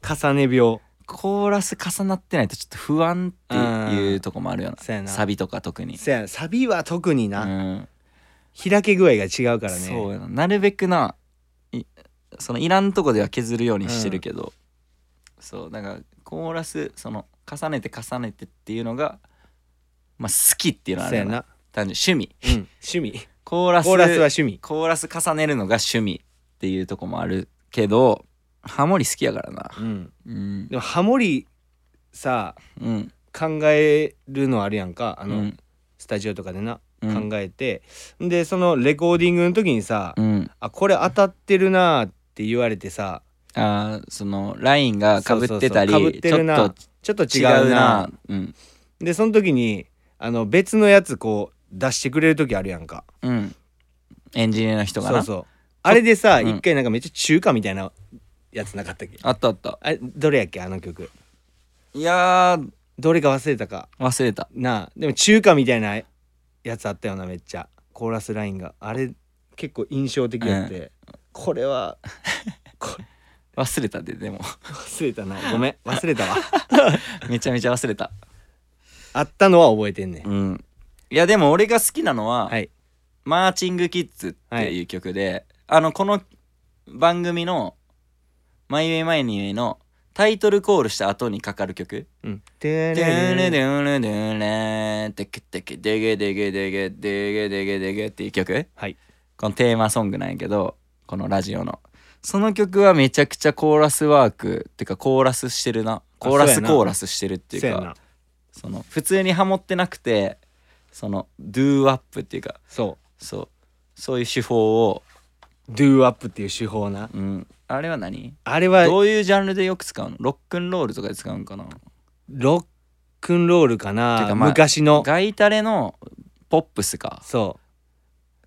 [SPEAKER 2] 重ね病
[SPEAKER 1] コーラス重なってないとちょっと不安っていうとこもあるよ
[SPEAKER 2] そうや
[SPEAKER 1] な
[SPEAKER 2] な
[SPEAKER 1] サビとか特に
[SPEAKER 2] せやなサビは特に
[SPEAKER 1] う
[SPEAKER 2] な、
[SPEAKER 1] ん
[SPEAKER 2] 開け具合が違うからね
[SPEAKER 1] そうやななるべくないそのいらんとこでは削るようにしてるけど、そうなんかコーラスその重ねて重ねてっていうのがまあ好きっていうのはあ
[SPEAKER 2] せ
[SPEAKER 1] る
[SPEAKER 2] や
[SPEAKER 1] よな
[SPEAKER 2] な、
[SPEAKER 1] 単純に趣味
[SPEAKER 2] うん、趣味
[SPEAKER 1] コーラス
[SPEAKER 2] コーラスは趣味
[SPEAKER 1] コーラス重ねるのが趣味っていうとこもあるけどハモリ好きやからな
[SPEAKER 2] うん
[SPEAKER 1] うん
[SPEAKER 2] でもハモリさ
[SPEAKER 1] うん
[SPEAKER 2] 考えるのあるやんかあ
[SPEAKER 1] う
[SPEAKER 2] の、
[SPEAKER 1] ん
[SPEAKER 2] スタジオとかでな、
[SPEAKER 1] うん
[SPEAKER 2] 考えてでそのレコーディングの時にさ、
[SPEAKER 1] うん
[SPEAKER 2] あこれ当たってるなーって言われてさ
[SPEAKER 1] あーそのラインがかぶってたり
[SPEAKER 2] そうそうそう被ってるな
[SPEAKER 1] ちょっ
[SPEAKER 2] ちょっと
[SPEAKER 1] と
[SPEAKER 2] 違
[SPEAKER 1] 違
[SPEAKER 2] うな
[SPEAKER 1] うなうん
[SPEAKER 2] でその時にあの別のやつこう出してくれる時あるやんか
[SPEAKER 1] うんエンジニアの人が
[SPEAKER 2] そう
[SPEAKER 1] な
[SPEAKER 2] そうあれでさ
[SPEAKER 1] うん
[SPEAKER 2] 一、回なんかめっちゃ中華みたいなやつなかったっけ
[SPEAKER 1] あったあった
[SPEAKER 2] あれどれやっけあの曲
[SPEAKER 1] いやー
[SPEAKER 2] どれか忘れたか
[SPEAKER 1] 忘れた
[SPEAKER 2] なあでも中華みたいなやつあったよなめっちゃコーラスラインがあれ結構印象的やって、これはこれ
[SPEAKER 1] 忘れたででも
[SPEAKER 2] 忘れたなごめん忘れたわ
[SPEAKER 1] めちゃめちゃ忘れた
[SPEAKER 2] あったのは覚えてんねん
[SPEAKER 1] うんいやでも俺が好きなのは、
[SPEAKER 2] はい
[SPEAKER 1] マーチングキッズっていう曲で、あのこの番組の「マイウェイマイニウェイ」のタイトルコールした後にかかる曲
[SPEAKER 2] うん
[SPEAKER 1] 「ドゥルドゥルドゥレテケテケデゲデゲデゲデゲデゲデゲ」っていう曲
[SPEAKER 2] はい
[SPEAKER 1] このテーマソングなんやけどこのラジオのその曲はめちゃくちゃコーラスワークってかコーラスしてるなコーラ
[SPEAKER 2] そ
[SPEAKER 1] ス
[SPEAKER 2] うやな
[SPEAKER 1] コーラスしてるっていう
[SPEAKER 2] せや
[SPEAKER 1] か
[SPEAKER 2] な
[SPEAKER 1] その普通にハモってなくてそのドゥーアップっていうか
[SPEAKER 2] そう
[SPEAKER 1] そうそういう手法を、
[SPEAKER 2] ドゥーアップっていう手法な
[SPEAKER 1] うん、あれは何
[SPEAKER 2] あれは
[SPEAKER 1] どういうジャンルでよく使うのロックンロールとかで使うんかな
[SPEAKER 2] ロックンロールか
[SPEAKER 1] て
[SPEAKER 2] な
[SPEAKER 1] かまあ
[SPEAKER 2] 昔の
[SPEAKER 1] ガイタレのポップスか
[SPEAKER 2] そ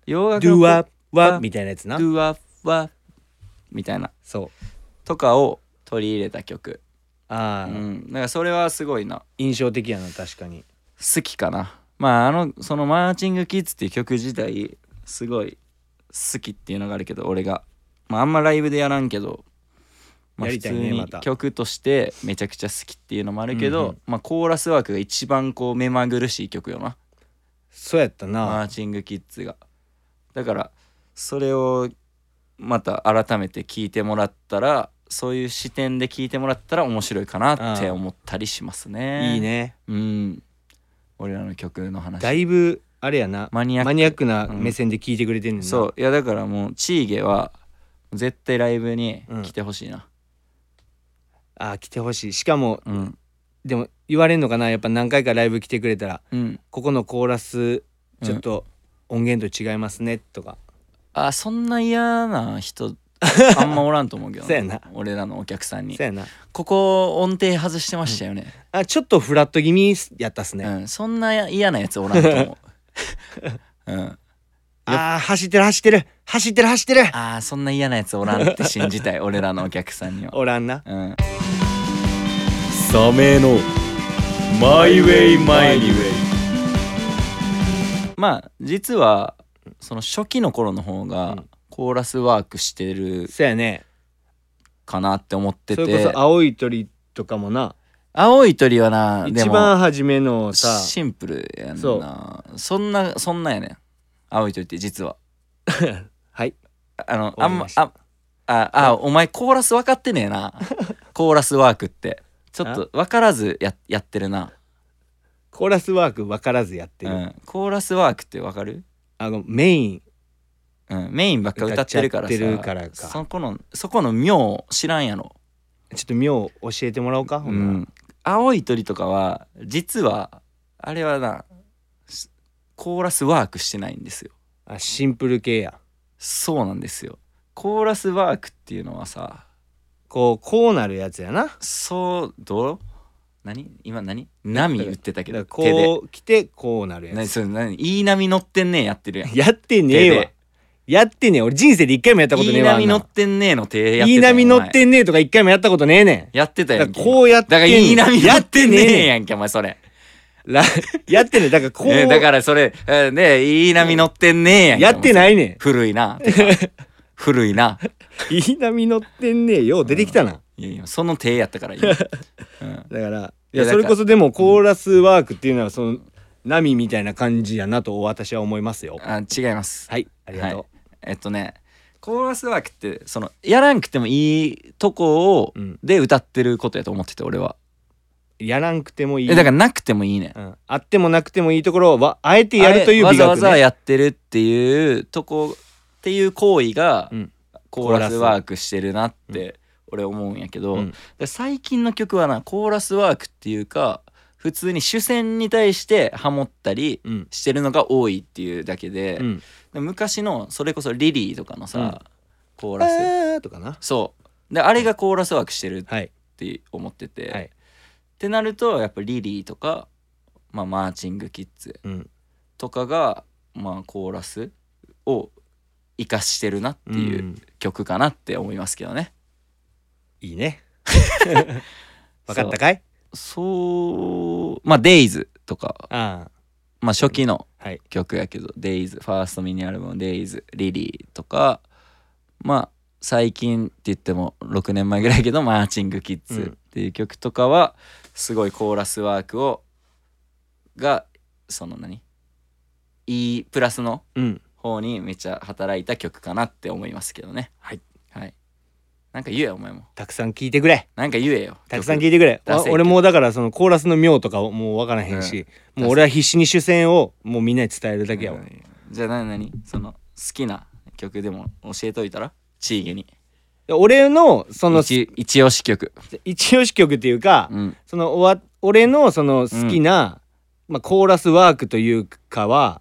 [SPEAKER 1] 洋
[SPEAKER 2] う
[SPEAKER 1] 楽
[SPEAKER 2] ド
[SPEAKER 1] の
[SPEAKER 2] ゥワ
[SPEAKER 1] あ
[SPEAKER 2] ワみたいなやつ
[SPEAKER 1] ド
[SPEAKER 2] な
[SPEAKER 1] ゥワワみたいな
[SPEAKER 2] そう
[SPEAKER 1] とかを取り入れた曲
[SPEAKER 2] あ
[SPEAKER 1] う
[SPEAKER 2] あ、
[SPEAKER 1] んだからそれはすごいな
[SPEAKER 2] 印象的やな確かに
[SPEAKER 1] 好きかなまああのその「マーチングキッズ」っていう曲自体すごい好きっていうのがあるけど俺が、まあ、あんまライブでやらんけど、まあ、
[SPEAKER 2] や
[SPEAKER 1] 普
[SPEAKER 2] りた
[SPEAKER 1] 通
[SPEAKER 2] いね
[SPEAKER 1] に
[SPEAKER 2] また
[SPEAKER 1] 曲としてめちゃくちゃ好きっていうのもあるけど、
[SPEAKER 2] うんうん
[SPEAKER 1] まあ、コーラスワークが一番こう目まぐるしい曲よな
[SPEAKER 2] そうやった
[SPEAKER 1] マ
[SPEAKER 2] な
[SPEAKER 1] ーチングキッズがだからそれをまた改めて聞いてもらったらそういう視点で聞いてもらったら面白いかなって
[SPEAKER 2] ああ
[SPEAKER 1] 思ったりしますね
[SPEAKER 2] いいね
[SPEAKER 1] うん俺らの曲の話
[SPEAKER 2] だいぶあれやな
[SPEAKER 1] マニアック
[SPEAKER 2] マニアックな目線で聞いてくれてんねんな、
[SPEAKER 1] そういやだからもうチーゲは絶対ライブに来てほしいな
[SPEAKER 2] ああ来てほしいしかも
[SPEAKER 1] うん
[SPEAKER 2] でも言われんのかなやっぱ何回かライブ来てくれたら
[SPEAKER 1] うん
[SPEAKER 2] ここのコーラスちょっと音源と違いますねとか、
[SPEAKER 1] あそんな嫌な 人あんまおらんと思うけど
[SPEAKER 2] そうやな
[SPEAKER 1] 俺らのお客さんに
[SPEAKER 2] そうやな
[SPEAKER 1] ここ音程外してましたよね
[SPEAKER 2] あちょっとフラット気味やったっ
[SPEAKER 1] う
[SPEAKER 2] すね、
[SPEAKER 1] んそんな嫌なやつおらんと思 ううん
[SPEAKER 2] ああ走ってる走ってる走ってる走ってる
[SPEAKER 1] あーそんな嫌なやつおらんって信じたい俺らのお客さんには
[SPEAKER 2] おらんな
[SPEAKER 1] うん
[SPEAKER 2] サメのマイウェイマイウェイ
[SPEAKER 1] まあ実はその初期の頃の方
[SPEAKER 2] う
[SPEAKER 1] が
[SPEAKER 2] ん
[SPEAKER 1] コーラスワークしてる
[SPEAKER 2] そうやね
[SPEAKER 1] かなって思って
[SPEAKER 2] そ
[SPEAKER 1] て
[SPEAKER 2] れこそ青い鳥とかもな
[SPEAKER 1] 青い鳥はなで
[SPEAKER 2] 一
[SPEAKER 1] も
[SPEAKER 2] 番初めのさ
[SPEAKER 1] シンプルやん
[SPEAKER 2] そ
[SPEAKER 1] なそんなそんなんやねん青い鳥って実は
[SPEAKER 2] はい
[SPEAKER 1] あのあ
[SPEAKER 2] わか
[SPEAKER 1] ん
[SPEAKER 2] り
[SPEAKER 1] ま
[SPEAKER 2] ました
[SPEAKER 1] あああお前コーラス分かってねえなコーラスワークってちょっと分からずややってるな
[SPEAKER 2] コーラスワーク分からずやって
[SPEAKER 1] う
[SPEAKER 2] る、
[SPEAKER 1] ん、コーラスワークって分かる、
[SPEAKER 2] あのメイン
[SPEAKER 1] うん、メインばっか歌ってるからさ
[SPEAKER 2] 歌っちゃってるからか
[SPEAKER 1] そこのそこの妙を知らんやろ、
[SPEAKER 2] ちょっと妙教えてもらおうか、ほ
[SPEAKER 1] うん
[SPEAKER 2] なら
[SPEAKER 1] ん、青い鳥とかは実はあれはなしコーラスワークしてないんですよ
[SPEAKER 2] あシンプル系や
[SPEAKER 1] そうなんですよコーラスワークっていうのはさ
[SPEAKER 2] こうこうなるやつやな
[SPEAKER 1] そうどう何今何波言ってた
[SPEAKER 2] だ
[SPEAKER 1] け
[SPEAKER 2] か
[SPEAKER 1] ど
[SPEAKER 2] ら
[SPEAKER 1] 手で
[SPEAKER 2] こう来てこうなるや
[SPEAKER 1] 何
[SPEAKER 2] つ
[SPEAKER 1] それ何いい波乗ってんねえやってるやんやっ
[SPEAKER 2] やってねえわやってねえ俺人生で一回もやったことね
[SPEAKER 1] いい
[SPEAKER 2] えわあん
[SPEAKER 1] 波
[SPEAKER 2] な
[SPEAKER 1] 乗
[SPEAKER 2] ん
[SPEAKER 1] ってんねえの手やってた
[SPEAKER 2] いい波乗っ
[SPEAKER 1] ん
[SPEAKER 2] てんねえとか一回もやったことねえね
[SPEAKER 1] やってた
[SPEAKER 2] ん
[SPEAKER 1] や
[SPEAKER 2] だ
[SPEAKER 1] ん
[SPEAKER 2] からこうやっ
[SPEAKER 1] だから
[SPEAKER 2] て
[SPEAKER 1] いい
[SPEAKER 2] ん
[SPEAKER 1] 波
[SPEAKER 2] や
[SPEAKER 1] 乗っ
[SPEAKER 2] ってて
[SPEAKER 1] ん
[SPEAKER 2] ね
[SPEAKER 1] ねえ
[SPEAKER 2] え
[SPEAKER 1] やんけお前それ
[SPEAKER 2] ら やってねえだからこう、
[SPEAKER 1] えだからそれえねいい波乗ってんねえやんけ
[SPEAKER 2] やって
[SPEAKER 1] い
[SPEAKER 2] ないねん
[SPEAKER 1] 古いなてか古いな
[SPEAKER 2] 飯波乗ってんねえよう出てきたな、
[SPEAKER 1] いやいやその手やった から今、うん、
[SPEAKER 2] だからい
[SPEAKER 1] いや
[SPEAKER 2] やそれこそでもコーラスワークっていうのはその波みたいな感じやなと私は思いますよ
[SPEAKER 1] あ違います
[SPEAKER 2] はいありがと
[SPEAKER 1] えっとねコーラスワークってそのやらんくてもいいとこを、
[SPEAKER 2] う、うん、
[SPEAKER 1] で歌ってることやと思ってて俺は
[SPEAKER 2] やらんくてもいい
[SPEAKER 1] えだからなくてもいいねん
[SPEAKER 2] うん、あってもなくてもいいところをわあえてやるという
[SPEAKER 1] あれ
[SPEAKER 2] 美学、ね、
[SPEAKER 1] わざわざやってるっていうとこっていう行為が、
[SPEAKER 2] うん
[SPEAKER 1] コーラスワークしてるなって俺思うんやけど、
[SPEAKER 2] うん
[SPEAKER 1] で最近の曲はなコーラスワークっていうか普通に主戦に対してハモったり
[SPEAKER 2] うん
[SPEAKER 1] してるのが多いっていうだけで,、
[SPEAKER 2] うん、
[SPEAKER 1] で昔のそれこそリリーとかのさ、
[SPEAKER 2] うん
[SPEAKER 1] コー
[SPEAKER 2] コ
[SPEAKER 1] ラス
[SPEAKER 2] とかな
[SPEAKER 1] そうであれがコーラスワークしてるっ
[SPEAKER 2] はい
[SPEAKER 1] って思ってて、
[SPEAKER 2] はい
[SPEAKER 1] ってなるとやっぱリリーとか、まあ、マーチングキッズ
[SPEAKER 2] うん
[SPEAKER 1] とかが、まあ、コーラスを生かしてるなっていうん曲かなって思いますけどね、
[SPEAKER 2] い いねわかったかい
[SPEAKER 1] そうまあ「DAYS」とか、
[SPEAKER 2] あ
[SPEAKER 1] まあ、初期の
[SPEAKER 2] あはい
[SPEAKER 1] 曲やけど「DAYS」ファーストミニアルバム「DAYS」「リリー」とかまあ最近って言っても6年前ぐらいやけど「マーチングキッ
[SPEAKER 2] うん
[SPEAKER 1] ズ」っていう曲とかはすごいコーラスワークをがその何いいプラスの
[SPEAKER 2] うん
[SPEAKER 1] 方にめっちゃ働いた曲かなって思いますけどね
[SPEAKER 2] はい、
[SPEAKER 1] はい、なんか言えよお前も
[SPEAKER 2] たくさん聞いてくれ
[SPEAKER 1] なんか言えよ
[SPEAKER 2] たくさん
[SPEAKER 1] 曲
[SPEAKER 2] 聞いてくれ
[SPEAKER 1] 出せ
[SPEAKER 2] わ俺もうだからそのコーラスの妙とかもうわからへんし、
[SPEAKER 1] うん
[SPEAKER 2] もう俺は必死に主戦をもうみんなに伝えるだけやわ、
[SPEAKER 1] うんじゃあ何何その好きな曲でも教えといたらチーゲに
[SPEAKER 2] 俺のその
[SPEAKER 1] 一一押し曲
[SPEAKER 2] 一押し曲っていうか、
[SPEAKER 1] うん
[SPEAKER 2] そのおわ俺のその好きな、まあ、コーラスワークというかは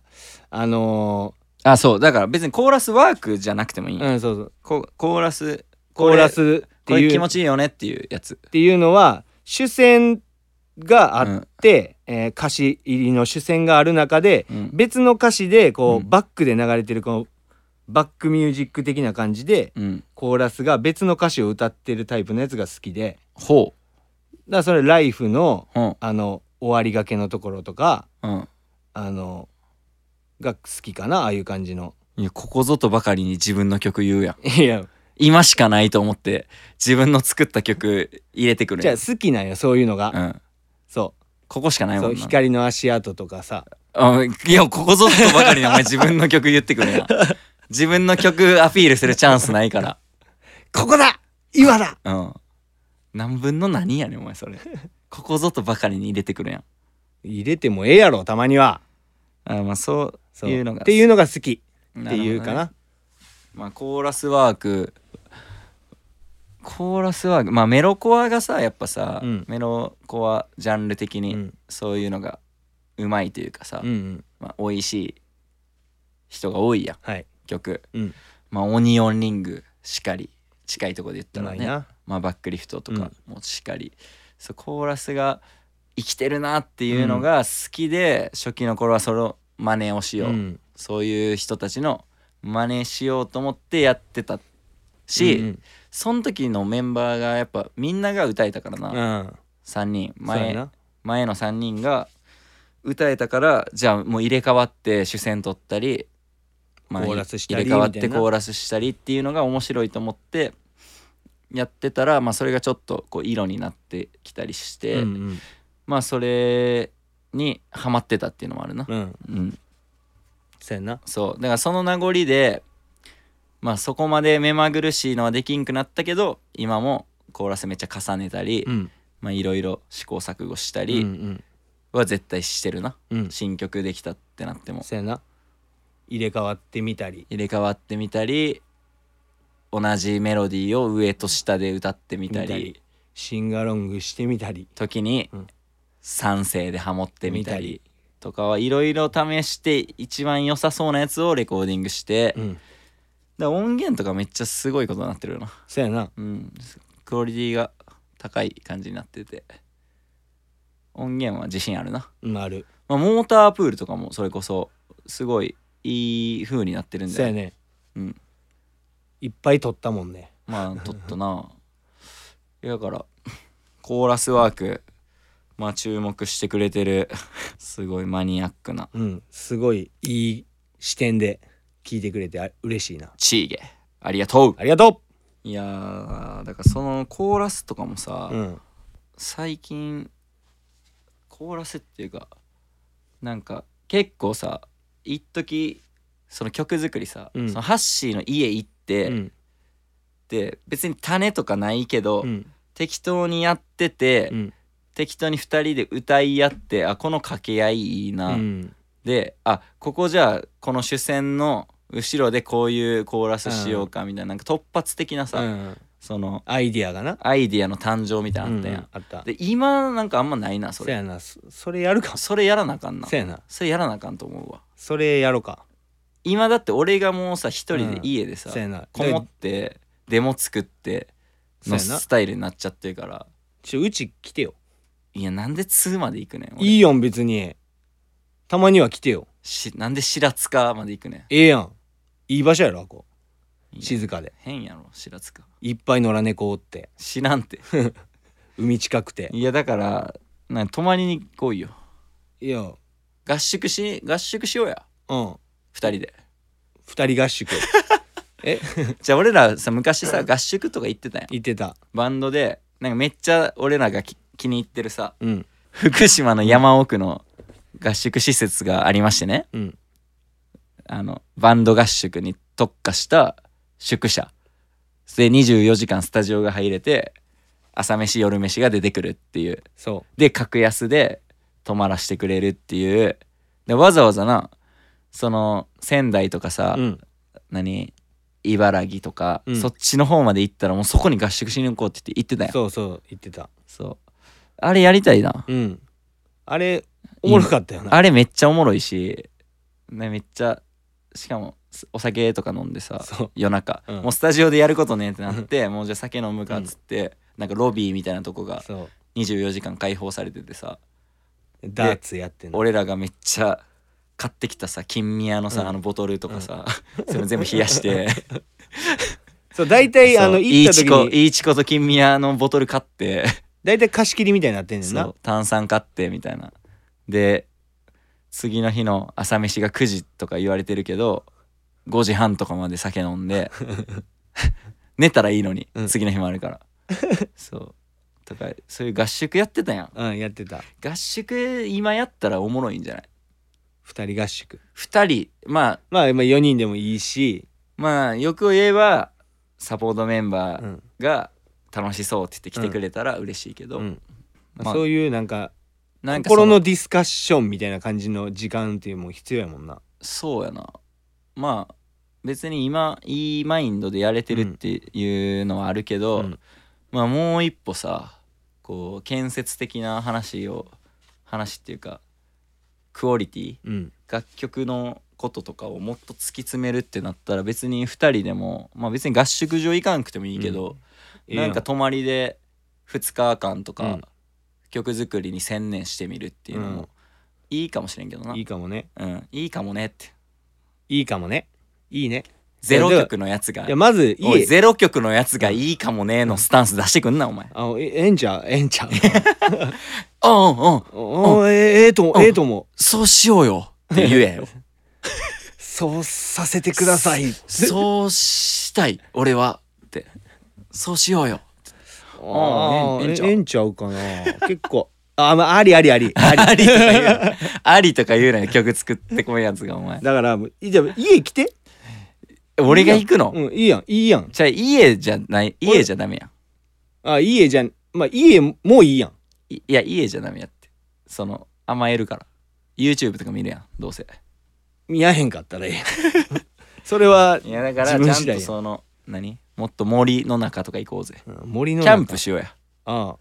[SPEAKER 2] あの
[SPEAKER 1] あそうだから別にコーラスワークじゃなくてもいい、
[SPEAKER 2] ーうんそうそう
[SPEAKER 1] ココーラス
[SPEAKER 2] コーラスっ
[SPEAKER 1] こ
[SPEAKER 2] て
[SPEAKER 1] れ
[SPEAKER 2] い
[SPEAKER 1] 気
[SPEAKER 2] う
[SPEAKER 1] 持
[SPEAKER 2] っ
[SPEAKER 1] ちいいよねっていうやつ
[SPEAKER 2] ていうのは主戦が
[SPEAKER 1] う
[SPEAKER 2] あっ
[SPEAKER 1] ん
[SPEAKER 2] て、えー歌詞入りの主戦がある中で
[SPEAKER 1] うん
[SPEAKER 2] 別の歌詞でこう、
[SPEAKER 1] うん
[SPEAKER 2] バックで流れてるこのバックミュージック的な感じで
[SPEAKER 1] うん
[SPEAKER 2] コーラスが別の歌詞を歌ってるタイプのやつが好きで
[SPEAKER 1] ほ
[SPEAKER 2] だからそれ「ライフの
[SPEAKER 1] ううん
[SPEAKER 2] あの終わりがけのところとか
[SPEAKER 1] うん
[SPEAKER 2] あのが好きかなああいう感じ の
[SPEAKER 1] いやここぞとばかりに自分の曲言うやん
[SPEAKER 2] いや
[SPEAKER 1] 今しかないと思って自分の作った曲入れてくる
[SPEAKER 2] じゃ
[SPEAKER 1] や
[SPEAKER 2] あ
[SPEAKER 1] ん
[SPEAKER 2] 好きなんよそういうのが、
[SPEAKER 1] うん、
[SPEAKER 2] そ
[SPEAKER 1] ここしかな
[SPEAKER 2] う
[SPEAKER 1] いも
[SPEAKER 2] そ
[SPEAKER 1] ん
[SPEAKER 2] う
[SPEAKER 1] な
[SPEAKER 2] 光の足跡とかさ
[SPEAKER 1] あいやここぞとばかりにお前 自分の曲言ってくるやん自分の曲アピールするチャンスないから
[SPEAKER 2] ここだ今だ
[SPEAKER 1] うん何分の何やねんお前それここぞとばかりに入れてくるやん
[SPEAKER 2] 入れてもええやろたまには
[SPEAKER 1] あまあそう
[SPEAKER 2] そう
[SPEAKER 1] いうのが
[SPEAKER 2] っていうのが好きっ
[SPEAKER 1] って
[SPEAKER 2] いうかな
[SPEAKER 1] まあコーラスワークコーラスワークまあメロコアがさやっぱさ、
[SPEAKER 2] うん
[SPEAKER 1] メロコアジャンル的
[SPEAKER 2] う
[SPEAKER 1] に
[SPEAKER 2] ん
[SPEAKER 1] そういうのがうまいというかさ、
[SPEAKER 2] うんうん
[SPEAKER 1] まあ、美味しい人が多いやん
[SPEAKER 2] はい
[SPEAKER 1] 曲、
[SPEAKER 2] うん
[SPEAKER 1] まあオニオンリングしかり近いとこで言った
[SPEAKER 2] う
[SPEAKER 1] ら
[SPEAKER 2] まい
[SPEAKER 1] ね
[SPEAKER 2] な
[SPEAKER 1] まあ、バックリフトとかもしっかり、そうコーラスが生きてるなっていうのが好きで、初期の頃はそれを真似をしよう、
[SPEAKER 2] うん
[SPEAKER 1] そういう人たちの真似しようと思ってやってたし、
[SPEAKER 2] うん
[SPEAKER 1] その時のメンバーがやっぱみんなが歌えたからな、
[SPEAKER 2] うん
[SPEAKER 1] 3人
[SPEAKER 2] そうや
[SPEAKER 1] 前
[SPEAKER 2] な
[SPEAKER 1] 前の3人が歌えたからじゃあもう入れ替わって主戦取ったり、
[SPEAKER 2] コーラスしたり
[SPEAKER 1] 入れ替わって
[SPEAKER 2] みたいな
[SPEAKER 1] コーラスしたりっていうのが面白いと思ってやってたら、まあ、それがちょっとこう色になってきたりして、
[SPEAKER 2] うんうん
[SPEAKER 1] まあそれにハマってたっていうのもあるな。
[SPEAKER 2] うん
[SPEAKER 1] うん、
[SPEAKER 2] そうやな
[SPEAKER 1] そうだからその名残でまあそこまで目まぐるしいのはできんくなったけど今もコーラスめっちゃ重ねたり、
[SPEAKER 2] うん
[SPEAKER 1] まあいろいろ試行錯誤した
[SPEAKER 2] うんう
[SPEAKER 1] り
[SPEAKER 2] ん
[SPEAKER 1] は絶対してるな、
[SPEAKER 2] うん
[SPEAKER 1] 新曲できたってなっても
[SPEAKER 2] そうやな入れ替わってみたり
[SPEAKER 1] 入れ替わってみたり同じメロディーを上と下で歌ってみたり
[SPEAKER 2] みたりシンガロングしてみたり
[SPEAKER 1] 時に
[SPEAKER 2] うん
[SPEAKER 1] 三声でハモってみたり
[SPEAKER 2] み
[SPEAKER 1] とかはいろいろ試して一番良さそうなやつをレコーディングして、
[SPEAKER 2] うん
[SPEAKER 1] だから音源とかめっちゃすごいことになってるよな
[SPEAKER 2] そうやな
[SPEAKER 1] うん、クオリティが高い感じになってて音源は自信あるな、
[SPEAKER 2] うんある
[SPEAKER 1] まあ、モータープールとかもそれこそすごいいい風になってるん
[SPEAKER 2] そう
[SPEAKER 1] だ
[SPEAKER 2] や
[SPEAKER 1] よ、
[SPEAKER 2] ね
[SPEAKER 1] うん、
[SPEAKER 2] いっぱい撮ったもんね
[SPEAKER 1] まあとっとなだからコーラスワークまあ注目してくれてるすごいマニアックな
[SPEAKER 2] うんすごいいい視点で聞いてくれてあ嬉しいな
[SPEAKER 1] チーゲありがとう
[SPEAKER 2] ありがとう
[SPEAKER 1] いやーだからそのコーラスとかもさ、
[SPEAKER 2] うん
[SPEAKER 1] 最近コーラスっていうかなんか結構さ一時その曲作りさ、
[SPEAKER 2] うん
[SPEAKER 1] そのハッシーの家行って、
[SPEAKER 2] うん
[SPEAKER 1] で別に種とかないけど、
[SPEAKER 2] うん
[SPEAKER 1] 適当にやってて、
[SPEAKER 2] うん
[SPEAKER 1] 適当に2人で歌い合ってあこの掛け合いいいうな、
[SPEAKER 2] ん
[SPEAKER 1] であここじゃあこの主戦の後ろでこういうコーラスしようかみたいな,、なんか突発的なさ、
[SPEAKER 2] うん
[SPEAKER 1] その
[SPEAKER 2] アイディアがな
[SPEAKER 1] アイディアの誕生みたいなのあったやん
[SPEAKER 2] う、んあった
[SPEAKER 1] で今なんかあんまないなそ
[SPEAKER 2] そ
[SPEAKER 1] れ
[SPEAKER 2] やなそそれやるか
[SPEAKER 1] それやらなあかんな
[SPEAKER 2] そやな
[SPEAKER 1] それやらなあかんと思うわ
[SPEAKER 2] それやろうか
[SPEAKER 1] 今だって俺がもうさ一人で家でさ、
[SPEAKER 2] そやな
[SPEAKER 1] こもってデモ作って
[SPEAKER 2] そ
[SPEAKER 1] の
[SPEAKER 2] うやな
[SPEAKER 1] スタイルになっちゃってるから
[SPEAKER 2] ちょうち来てよ
[SPEAKER 1] いやなんで2まで行くねん俺
[SPEAKER 2] いいやん別にたまには来てよ
[SPEAKER 1] しなんで白塚まで行くね
[SPEAKER 2] ええやんいい場所やろあこ
[SPEAKER 1] んいや
[SPEAKER 2] 静かで
[SPEAKER 1] 変やろ白塚
[SPEAKER 2] いっぱい野良猫おって
[SPEAKER 1] 知らんて
[SPEAKER 2] 海近くて
[SPEAKER 1] いやだからなん泊まりに来いよ
[SPEAKER 2] いやうん
[SPEAKER 1] 合宿し合宿しようや二人で
[SPEAKER 2] 二人合宿 え
[SPEAKER 1] じゃあ俺らさ昔さ合宿とか行ってたやん
[SPEAKER 2] 言ってた
[SPEAKER 1] バンドでなんかめっちゃ俺らがき気に入ってるさ
[SPEAKER 2] うん
[SPEAKER 1] 福島の山奥の合宿施設がありましてね
[SPEAKER 2] うん
[SPEAKER 1] あのバンド合宿に特化した宿舎で24時間スタジオが入れて朝飯夜飯が出てくるっていう
[SPEAKER 2] そ
[SPEAKER 1] で格安で泊まらしてくれるっていうでわざわざなその仙台とかさ、
[SPEAKER 2] ううん
[SPEAKER 1] 何茨城とか、
[SPEAKER 2] うん
[SPEAKER 1] そっちの方まで行ったらもうそこに合宿しに行こうって言って言ってたよ
[SPEAKER 2] そうそう言ってた
[SPEAKER 1] そうあれやりたいな
[SPEAKER 2] うんあれおもろかったよな
[SPEAKER 1] あれめっちゃおもろいし、ね、めっちゃしかもすお酒とか飲んでさ
[SPEAKER 2] そう
[SPEAKER 1] 夜中、
[SPEAKER 2] うん
[SPEAKER 1] もうスタジオでやることねってな ってもうじゃあ酒飲むかっつって、なんかロビーみたいなとこが
[SPEAKER 2] そう
[SPEAKER 1] 24時間開放されててさ
[SPEAKER 2] ダーツやってんの
[SPEAKER 1] 俺らがめっちゃ買ってきたさ金宮のさ、
[SPEAKER 2] うん
[SPEAKER 1] あのボトルとかさ、 それ全部冷や して
[SPEAKER 2] そう大体あ
[SPEAKER 1] そ
[SPEAKER 2] の
[SPEAKER 1] う
[SPEAKER 2] 行った
[SPEAKER 1] いいチ
[SPEAKER 2] 時
[SPEAKER 1] コ
[SPEAKER 2] に
[SPEAKER 1] いいチコと金宮のボトル買って
[SPEAKER 2] 大体貸し切りみたいになってんねん
[SPEAKER 1] そ
[SPEAKER 2] な
[SPEAKER 1] う炭酸買ってみたいなで次の日の朝飯が9時とか言われてるけど5時半とかまで酒飲ん で寝たらいいのに、
[SPEAKER 2] うん
[SPEAKER 1] 次の日もあるから そうとかそういう合宿やってたやん
[SPEAKER 2] うんやってた
[SPEAKER 1] 合宿今やったらおもろいんじゃない
[SPEAKER 2] 二人合宿
[SPEAKER 1] 2人まあ
[SPEAKER 2] まあまあ4人でもいいし
[SPEAKER 1] まあよく言えばサポートメン
[SPEAKER 2] う
[SPEAKER 1] バー
[SPEAKER 2] ん
[SPEAKER 1] が楽しそうって言って来てくれたら嬉しいけど、
[SPEAKER 2] うんま
[SPEAKER 1] まあ
[SPEAKER 2] あそういうなんか
[SPEAKER 1] なんかそ
[SPEAKER 2] 心のディスカッションみたいな感じの時間っていうのも必要やもんな
[SPEAKER 1] そうやなまあ別に今いいマインドでやれてるっていうのはあるけど、
[SPEAKER 2] うん
[SPEAKER 1] まあもう一歩さこう建設的な話を話っていうかクオリティ
[SPEAKER 2] うん
[SPEAKER 1] 楽曲のこととかをもっと突き詰めるってなったら別に2人でもまあ別に合宿所行かんくてもいいけど、
[SPEAKER 2] ええや
[SPEAKER 1] なんか泊まりで2日間とか、
[SPEAKER 2] うん
[SPEAKER 1] 曲作りに専念してみるっていうの
[SPEAKER 2] うん
[SPEAKER 1] もいいかもしれんけどな、
[SPEAKER 2] いいかもね
[SPEAKER 1] うん、いいかもねって
[SPEAKER 2] いいかもねいいね
[SPEAKER 1] ゼロ曲のやつが
[SPEAKER 2] いやまず
[SPEAKER 1] おい
[SPEAKER 2] 家
[SPEAKER 1] ゼロ曲のやつがいいかもねのスタンス出してくんなお前
[SPEAKER 2] あえええんちゃうええん ちゃう
[SPEAKER 1] おうんうん
[SPEAKER 2] おおええええと思うええと思う
[SPEAKER 1] そうしようよって言えよ
[SPEAKER 2] そうさせて ください
[SPEAKER 1] そうしたい俺はってそうしようよ
[SPEAKER 2] あ
[SPEAKER 1] あ
[SPEAKER 2] ー
[SPEAKER 1] ええんちゃう
[SPEAKER 2] ええんちゃうかな結構あまあありありありあ
[SPEAKER 1] あり
[SPEAKER 2] り
[SPEAKER 1] とか言う なありとか言うなよ曲作ってこいやつがお前
[SPEAKER 2] だからもういじゃあ家来て
[SPEAKER 1] 俺が行くの、
[SPEAKER 2] うんいいやんいいやん
[SPEAKER 1] じゃあ家じゃない家じゃダメや
[SPEAKER 2] あ家じゃんまあ家もういいやん
[SPEAKER 1] んいいや家じゃダメやってその甘えるから YouTube とか見るやんどうせ
[SPEAKER 2] 見やへんかったらええやん それはい
[SPEAKER 1] やだから
[SPEAKER 2] 自分
[SPEAKER 1] ちゃん
[SPEAKER 2] 次第
[SPEAKER 1] と
[SPEAKER 2] や
[SPEAKER 1] その何もっと森の中とか行こうぜ
[SPEAKER 2] うん森の
[SPEAKER 1] キ
[SPEAKER 2] 中
[SPEAKER 1] ャンプしようや
[SPEAKER 2] あ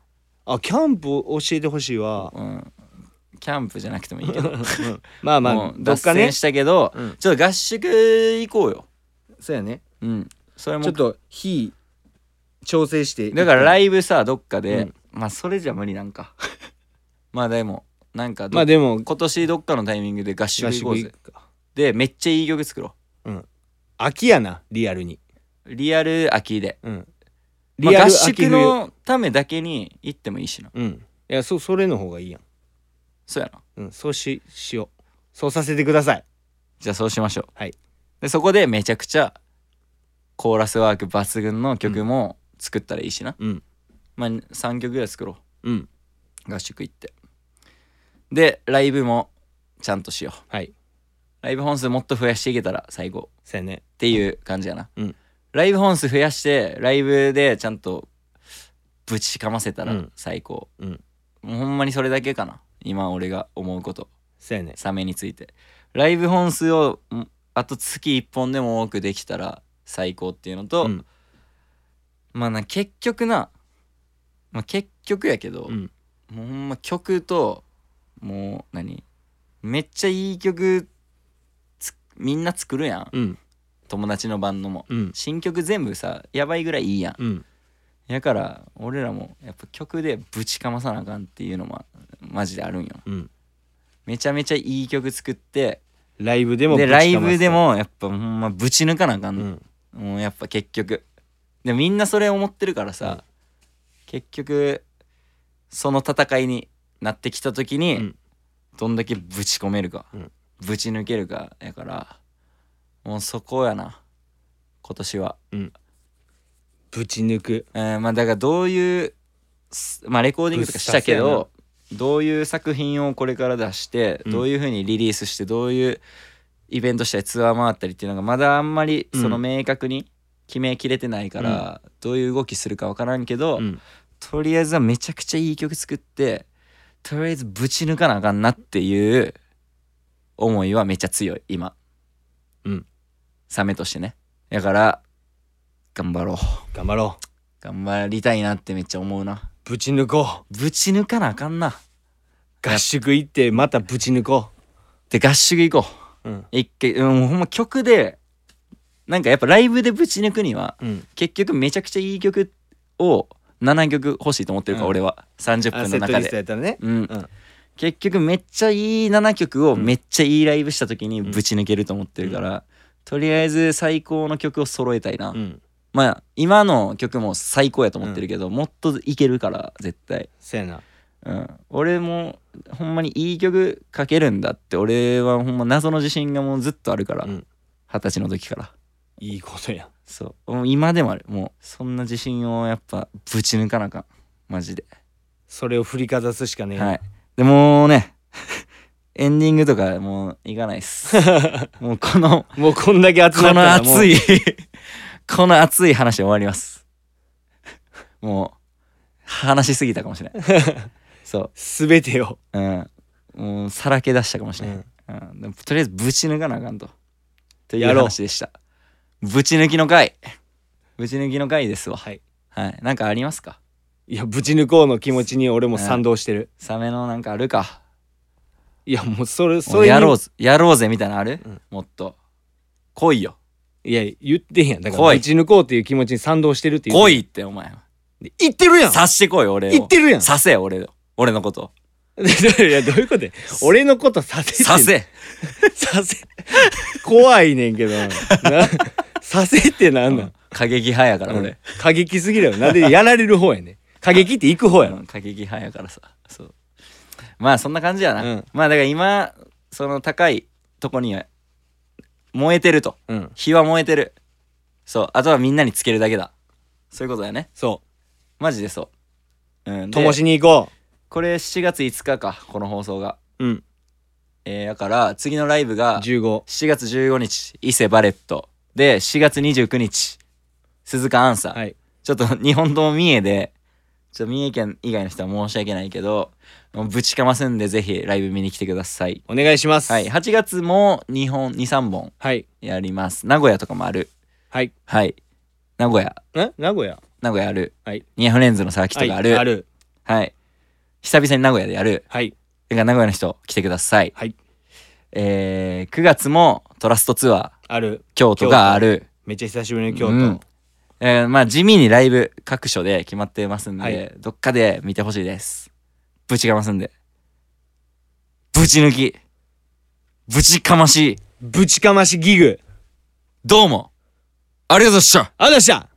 [SPEAKER 2] ああキャンプ教えてほしいわ
[SPEAKER 1] うん、キャンプじゃなくてもいいけど
[SPEAKER 2] まあま
[SPEAKER 1] も
[SPEAKER 2] あ
[SPEAKER 1] う脱
[SPEAKER 2] どっかね
[SPEAKER 1] 線したけど、
[SPEAKER 2] うん
[SPEAKER 1] ちょっと合宿行こうよ
[SPEAKER 2] そうやね
[SPEAKER 1] うんそれも
[SPEAKER 2] ちょっと火調整して
[SPEAKER 1] だからラ
[SPEAKER 2] イ
[SPEAKER 1] イブさどっかで、
[SPEAKER 2] うん
[SPEAKER 1] まあそれじゃ無理なんか まあでもなんかど
[SPEAKER 2] まあでも
[SPEAKER 1] 今年どっかのタイミングで合宿
[SPEAKER 2] 合
[SPEAKER 1] 行こ
[SPEAKER 2] 宿
[SPEAKER 1] う
[SPEAKER 2] 行
[SPEAKER 1] ぜ
[SPEAKER 2] くか
[SPEAKER 1] でめっちゃいい曲作ろ
[SPEAKER 2] 秋やなリアルに
[SPEAKER 1] うリアル秋で、
[SPEAKER 2] うん
[SPEAKER 1] まあ、合宿
[SPEAKER 2] 冬
[SPEAKER 1] のためだけに行ってもいいしな
[SPEAKER 2] うんいやそそれの方がいいやん
[SPEAKER 1] そうやな
[SPEAKER 2] うんそうししようそうさせてください
[SPEAKER 1] じゃあそうしましょう
[SPEAKER 2] はい
[SPEAKER 1] でそこでめちゃくちゃコーラスワーク抜群の曲も作ったらいいしな、
[SPEAKER 2] うん
[SPEAKER 1] まあ3曲ぐらい作ろ
[SPEAKER 2] うん
[SPEAKER 1] う合宿行ってでライブもちゃんとしよう
[SPEAKER 2] はい
[SPEAKER 1] ライブ本数もっと増やしていけたら最後
[SPEAKER 2] せやね
[SPEAKER 1] っていう感じやな、
[SPEAKER 2] うん
[SPEAKER 1] ライブ本数増やしてライブでちゃんとぶちかませた
[SPEAKER 2] う
[SPEAKER 1] ら
[SPEAKER 2] ん
[SPEAKER 1] 最高、
[SPEAKER 2] うん
[SPEAKER 1] もうほんまにそれだけかな今俺が思うこと
[SPEAKER 2] せやね
[SPEAKER 1] サメについてライブ本数をんあと月1本でも多くできたら最高っていうのと、
[SPEAKER 2] うん
[SPEAKER 1] まあな結局な、まあ、結局やけど、
[SPEAKER 2] うん
[SPEAKER 1] もうほんま曲ともう何めっちゃいい曲つみんな作るやん
[SPEAKER 2] うん
[SPEAKER 1] 友達のバンドも
[SPEAKER 2] うん
[SPEAKER 1] 新曲全部さやばいぐらいいいやん
[SPEAKER 2] うん
[SPEAKER 1] やから俺らもやっぱ曲でぶちかまさなあかんっていうのもマジであるんよ
[SPEAKER 2] うん
[SPEAKER 1] めちゃめちゃいい曲作って
[SPEAKER 2] ライブでも
[SPEAKER 1] で
[SPEAKER 2] ぶちかま
[SPEAKER 1] ラ
[SPEAKER 2] す
[SPEAKER 1] イブでもやっぱほんまぶち抜かなあか
[SPEAKER 2] うん
[SPEAKER 1] の、
[SPEAKER 2] ん
[SPEAKER 1] もうやっぱ結局でみんなそれ思ってるからさ、
[SPEAKER 2] うん
[SPEAKER 1] 結局その戦いになってきた時に、
[SPEAKER 2] うん
[SPEAKER 1] どんだけぶち込めるか、
[SPEAKER 2] うん
[SPEAKER 1] ぶち抜けるかやからもうそこやな今年は。
[SPEAKER 2] ぶち抜く
[SPEAKER 1] えーまあだからどういうすまあレコーディングとかしたけどどういう作品をこれから出して、
[SPEAKER 2] うん
[SPEAKER 1] どういうふうにリリースしてどういうイベントしたりツアー回ったりっていうのがまだあんまり
[SPEAKER 2] うん
[SPEAKER 1] その明確に決めきれてないから、どういう動きするか分からんけど、
[SPEAKER 2] うん
[SPEAKER 1] とりあえずはめちゃくちゃいい曲作ってとりあえずぶち抜かなあかんなっていう思いはめっちゃ強い今
[SPEAKER 2] うん
[SPEAKER 1] サメとしてねだから頑張ろう
[SPEAKER 2] 頑張ろう
[SPEAKER 1] 頑張りたいなってめっちゃ思うな
[SPEAKER 2] ぶち抜こ
[SPEAKER 1] ぶち抜かなあかんな
[SPEAKER 2] う合宿行ってまたぶち抜こ
[SPEAKER 1] で合宿行こ
[SPEAKER 2] ううん
[SPEAKER 1] う一回うんほんま曲でなんかやっぱライブでぶち抜くには
[SPEAKER 2] うん
[SPEAKER 1] 結局めちゃくちゃいい曲を7曲欲しいと思ってるから、
[SPEAKER 2] うん
[SPEAKER 1] 俺は30
[SPEAKER 2] あ
[SPEAKER 1] 分
[SPEAKER 2] セ
[SPEAKER 1] の
[SPEAKER 2] ット
[SPEAKER 1] 中
[SPEAKER 2] リスト
[SPEAKER 1] で
[SPEAKER 2] やったらね
[SPEAKER 1] うん、
[SPEAKER 2] うん
[SPEAKER 1] 結局めっちゃいい7曲を
[SPEAKER 2] ん
[SPEAKER 1] めっちゃいいライブした時に
[SPEAKER 2] ん
[SPEAKER 1] ぶち抜けると思ってるから、とりあえず最高の曲を揃えたいな、
[SPEAKER 2] うん
[SPEAKER 1] まあ今の曲も最高やと思ってるけど、もっといけるから絶対
[SPEAKER 2] せやな
[SPEAKER 1] うん、俺もほんまにいい曲書けるんだって俺はほんま謎の自信がもうずっとあるから
[SPEAKER 2] う
[SPEAKER 1] 二十、
[SPEAKER 2] ん
[SPEAKER 1] 歳の時から
[SPEAKER 2] いいことや
[SPEAKER 1] そうもう今でもあるもうそんな自信をやっぱぶち抜かなあかんマジで、
[SPEAKER 2] それを振りかざすしかねえな
[SPEAKER 1] はいでもうね エンディングとかもういかないっ すもうこの
[SPEAKER 2] もうこんだけ熱な
[SPEAKER 1] こ
[SPEAKER 2] った
[SPEAKER 1] の
[SPEAKER 2] らもう
[SPEAKER 1] 熱い この熱い話で終わりますもう話しすぎたかも しれないそう
[SPEAKER 2] 全てを
[SPEAKER 1] うん、もうさらけ出したかもしれない、うんでもとりあえずぶち抜かなあかんとという
[SPEAKER 2] やろう
[SPEAKER 1] 話でしたぶち抜きの回ぶち抜きの回ですわ
[SPEAKER 2] はい
[SPEAKER 1] はいなんかありますか
[SPEAKER 2] いやぶち抜こうの気持ちに俺も賛同してる
[SPEAKER 1] サメのなんかあるか
[SPEAKER 2] いやもうそれ
[SPEAKER 1] も
[SPEAKER 2] そうれ
[SPEAKER 1] や
[SPEAKER 2] に
[SPEAKER 1] ろうぜやろうぜみたいなのある、
[SPEAKER 2] うん
[SPEAKER 1] もっと来いよ
[SPEAKER 2] いや言ってんやんだか
[SPEAKER 1] 来
[SPEAKER 2] ら
[SPEAKER 1] い
[SPEAKER 2] ぶち抜こうっていう気持ちに賛同してるっていう
[SPEAKER 1] 来いってお前は
[SPEAKER 2] 言ってるやん
[SPEAKER 1] 察してこいよ俺を
[SPEAKER 2] 言ってるやん
[SPEAKER 1] させよ俺を俺のこと
[SPEAKER 2] いやどういうことや俺のことさせて
[SPEAKER 1] させ
[SPEAKER 2] させ怖いねんけ どなさせってなんなん、
[SPEAKER 1] 過激派やから
[SPEAKER 2] う
[SPEAKER 1] 俺、
[SPEAKER 2] ん過激すぎるよなんでやられる方やねん過激って行く方やろ
[SPEAKER 1] うん過激派やからさそうまあそんな感じやな、
[SPEAKER 2] うん
[SPEAKER 1] まあだから今その高いとこには燃えてると
[SPEAKER 2] うん
[SPEAKER 1] 火は燃えてるそうあとはみんなにつけるだけだそういうことだよね
[SPEAKER 2] そ
[SPEAKER 1] マジでそううん
[SPEAKER 2] う
[SPEAKER 1] で
[SPEAKER 2] ともしに行こ
[SPEAKER 1] これ7月5日かこの放送が
[SPEAKER 2] ううん
[SPEAKER 1] えー、だから次のライブが
[SPEAKER 2] 15
[SPEAKER 1] 7月15日伊勢バレットで4月29日鈴鹿アンサー、
[SPEAKER 2] はい
[SPEAKER 1] ちょっと日本とも三重で、ちょっと三重県以外の人は申し訳ないけど、もうぶちかますんでぜひライブ見に来てください。
[SPEAKER 2] お願いします
[SPEAKER 1] はい、8月も2本、2、3本
[SPEAKER 2] はい
[SPEAKER 1] やります。名古屋とかもある。
[SPEAKER 2] はい
[SPEAKER 1] はい。名古屋、
[SPEAKER 2] え名古屋
[SPEAKER 1] 名古屋ある。
[SPEAKER 2] はい
[SPEAKER 1] ニアフレンズの沢木とかある。
[SPEAKER 2] はいある
[SPEAKER 1] はい。久々に名古屋でやる。
[SPEAKER 2] はい
[SPEAKER 1] だから名古屋の人来てください。
[SPEAKER 2] はい
[SPEAKER 1] えー、9月もトラストツアー、
[SPEAKER 2] ある
[SPEAKER 1] 京都がある。
[SPEAKER 2] めっちゃ久しぶりの京都、
[SPEAKER 1] うんえーまあ地味にライブ各所で決まってますんで、
[SPEAKER 2] はい
[SPEAKER 1] どっかで見てほしいですぶちかますんでぶち抜きぶちかましい
[SPEAKER 2] ぶちかましギグ
[SPEAKER 1] どうもありがとうございました
[SPEAKER 2] ありがとうございました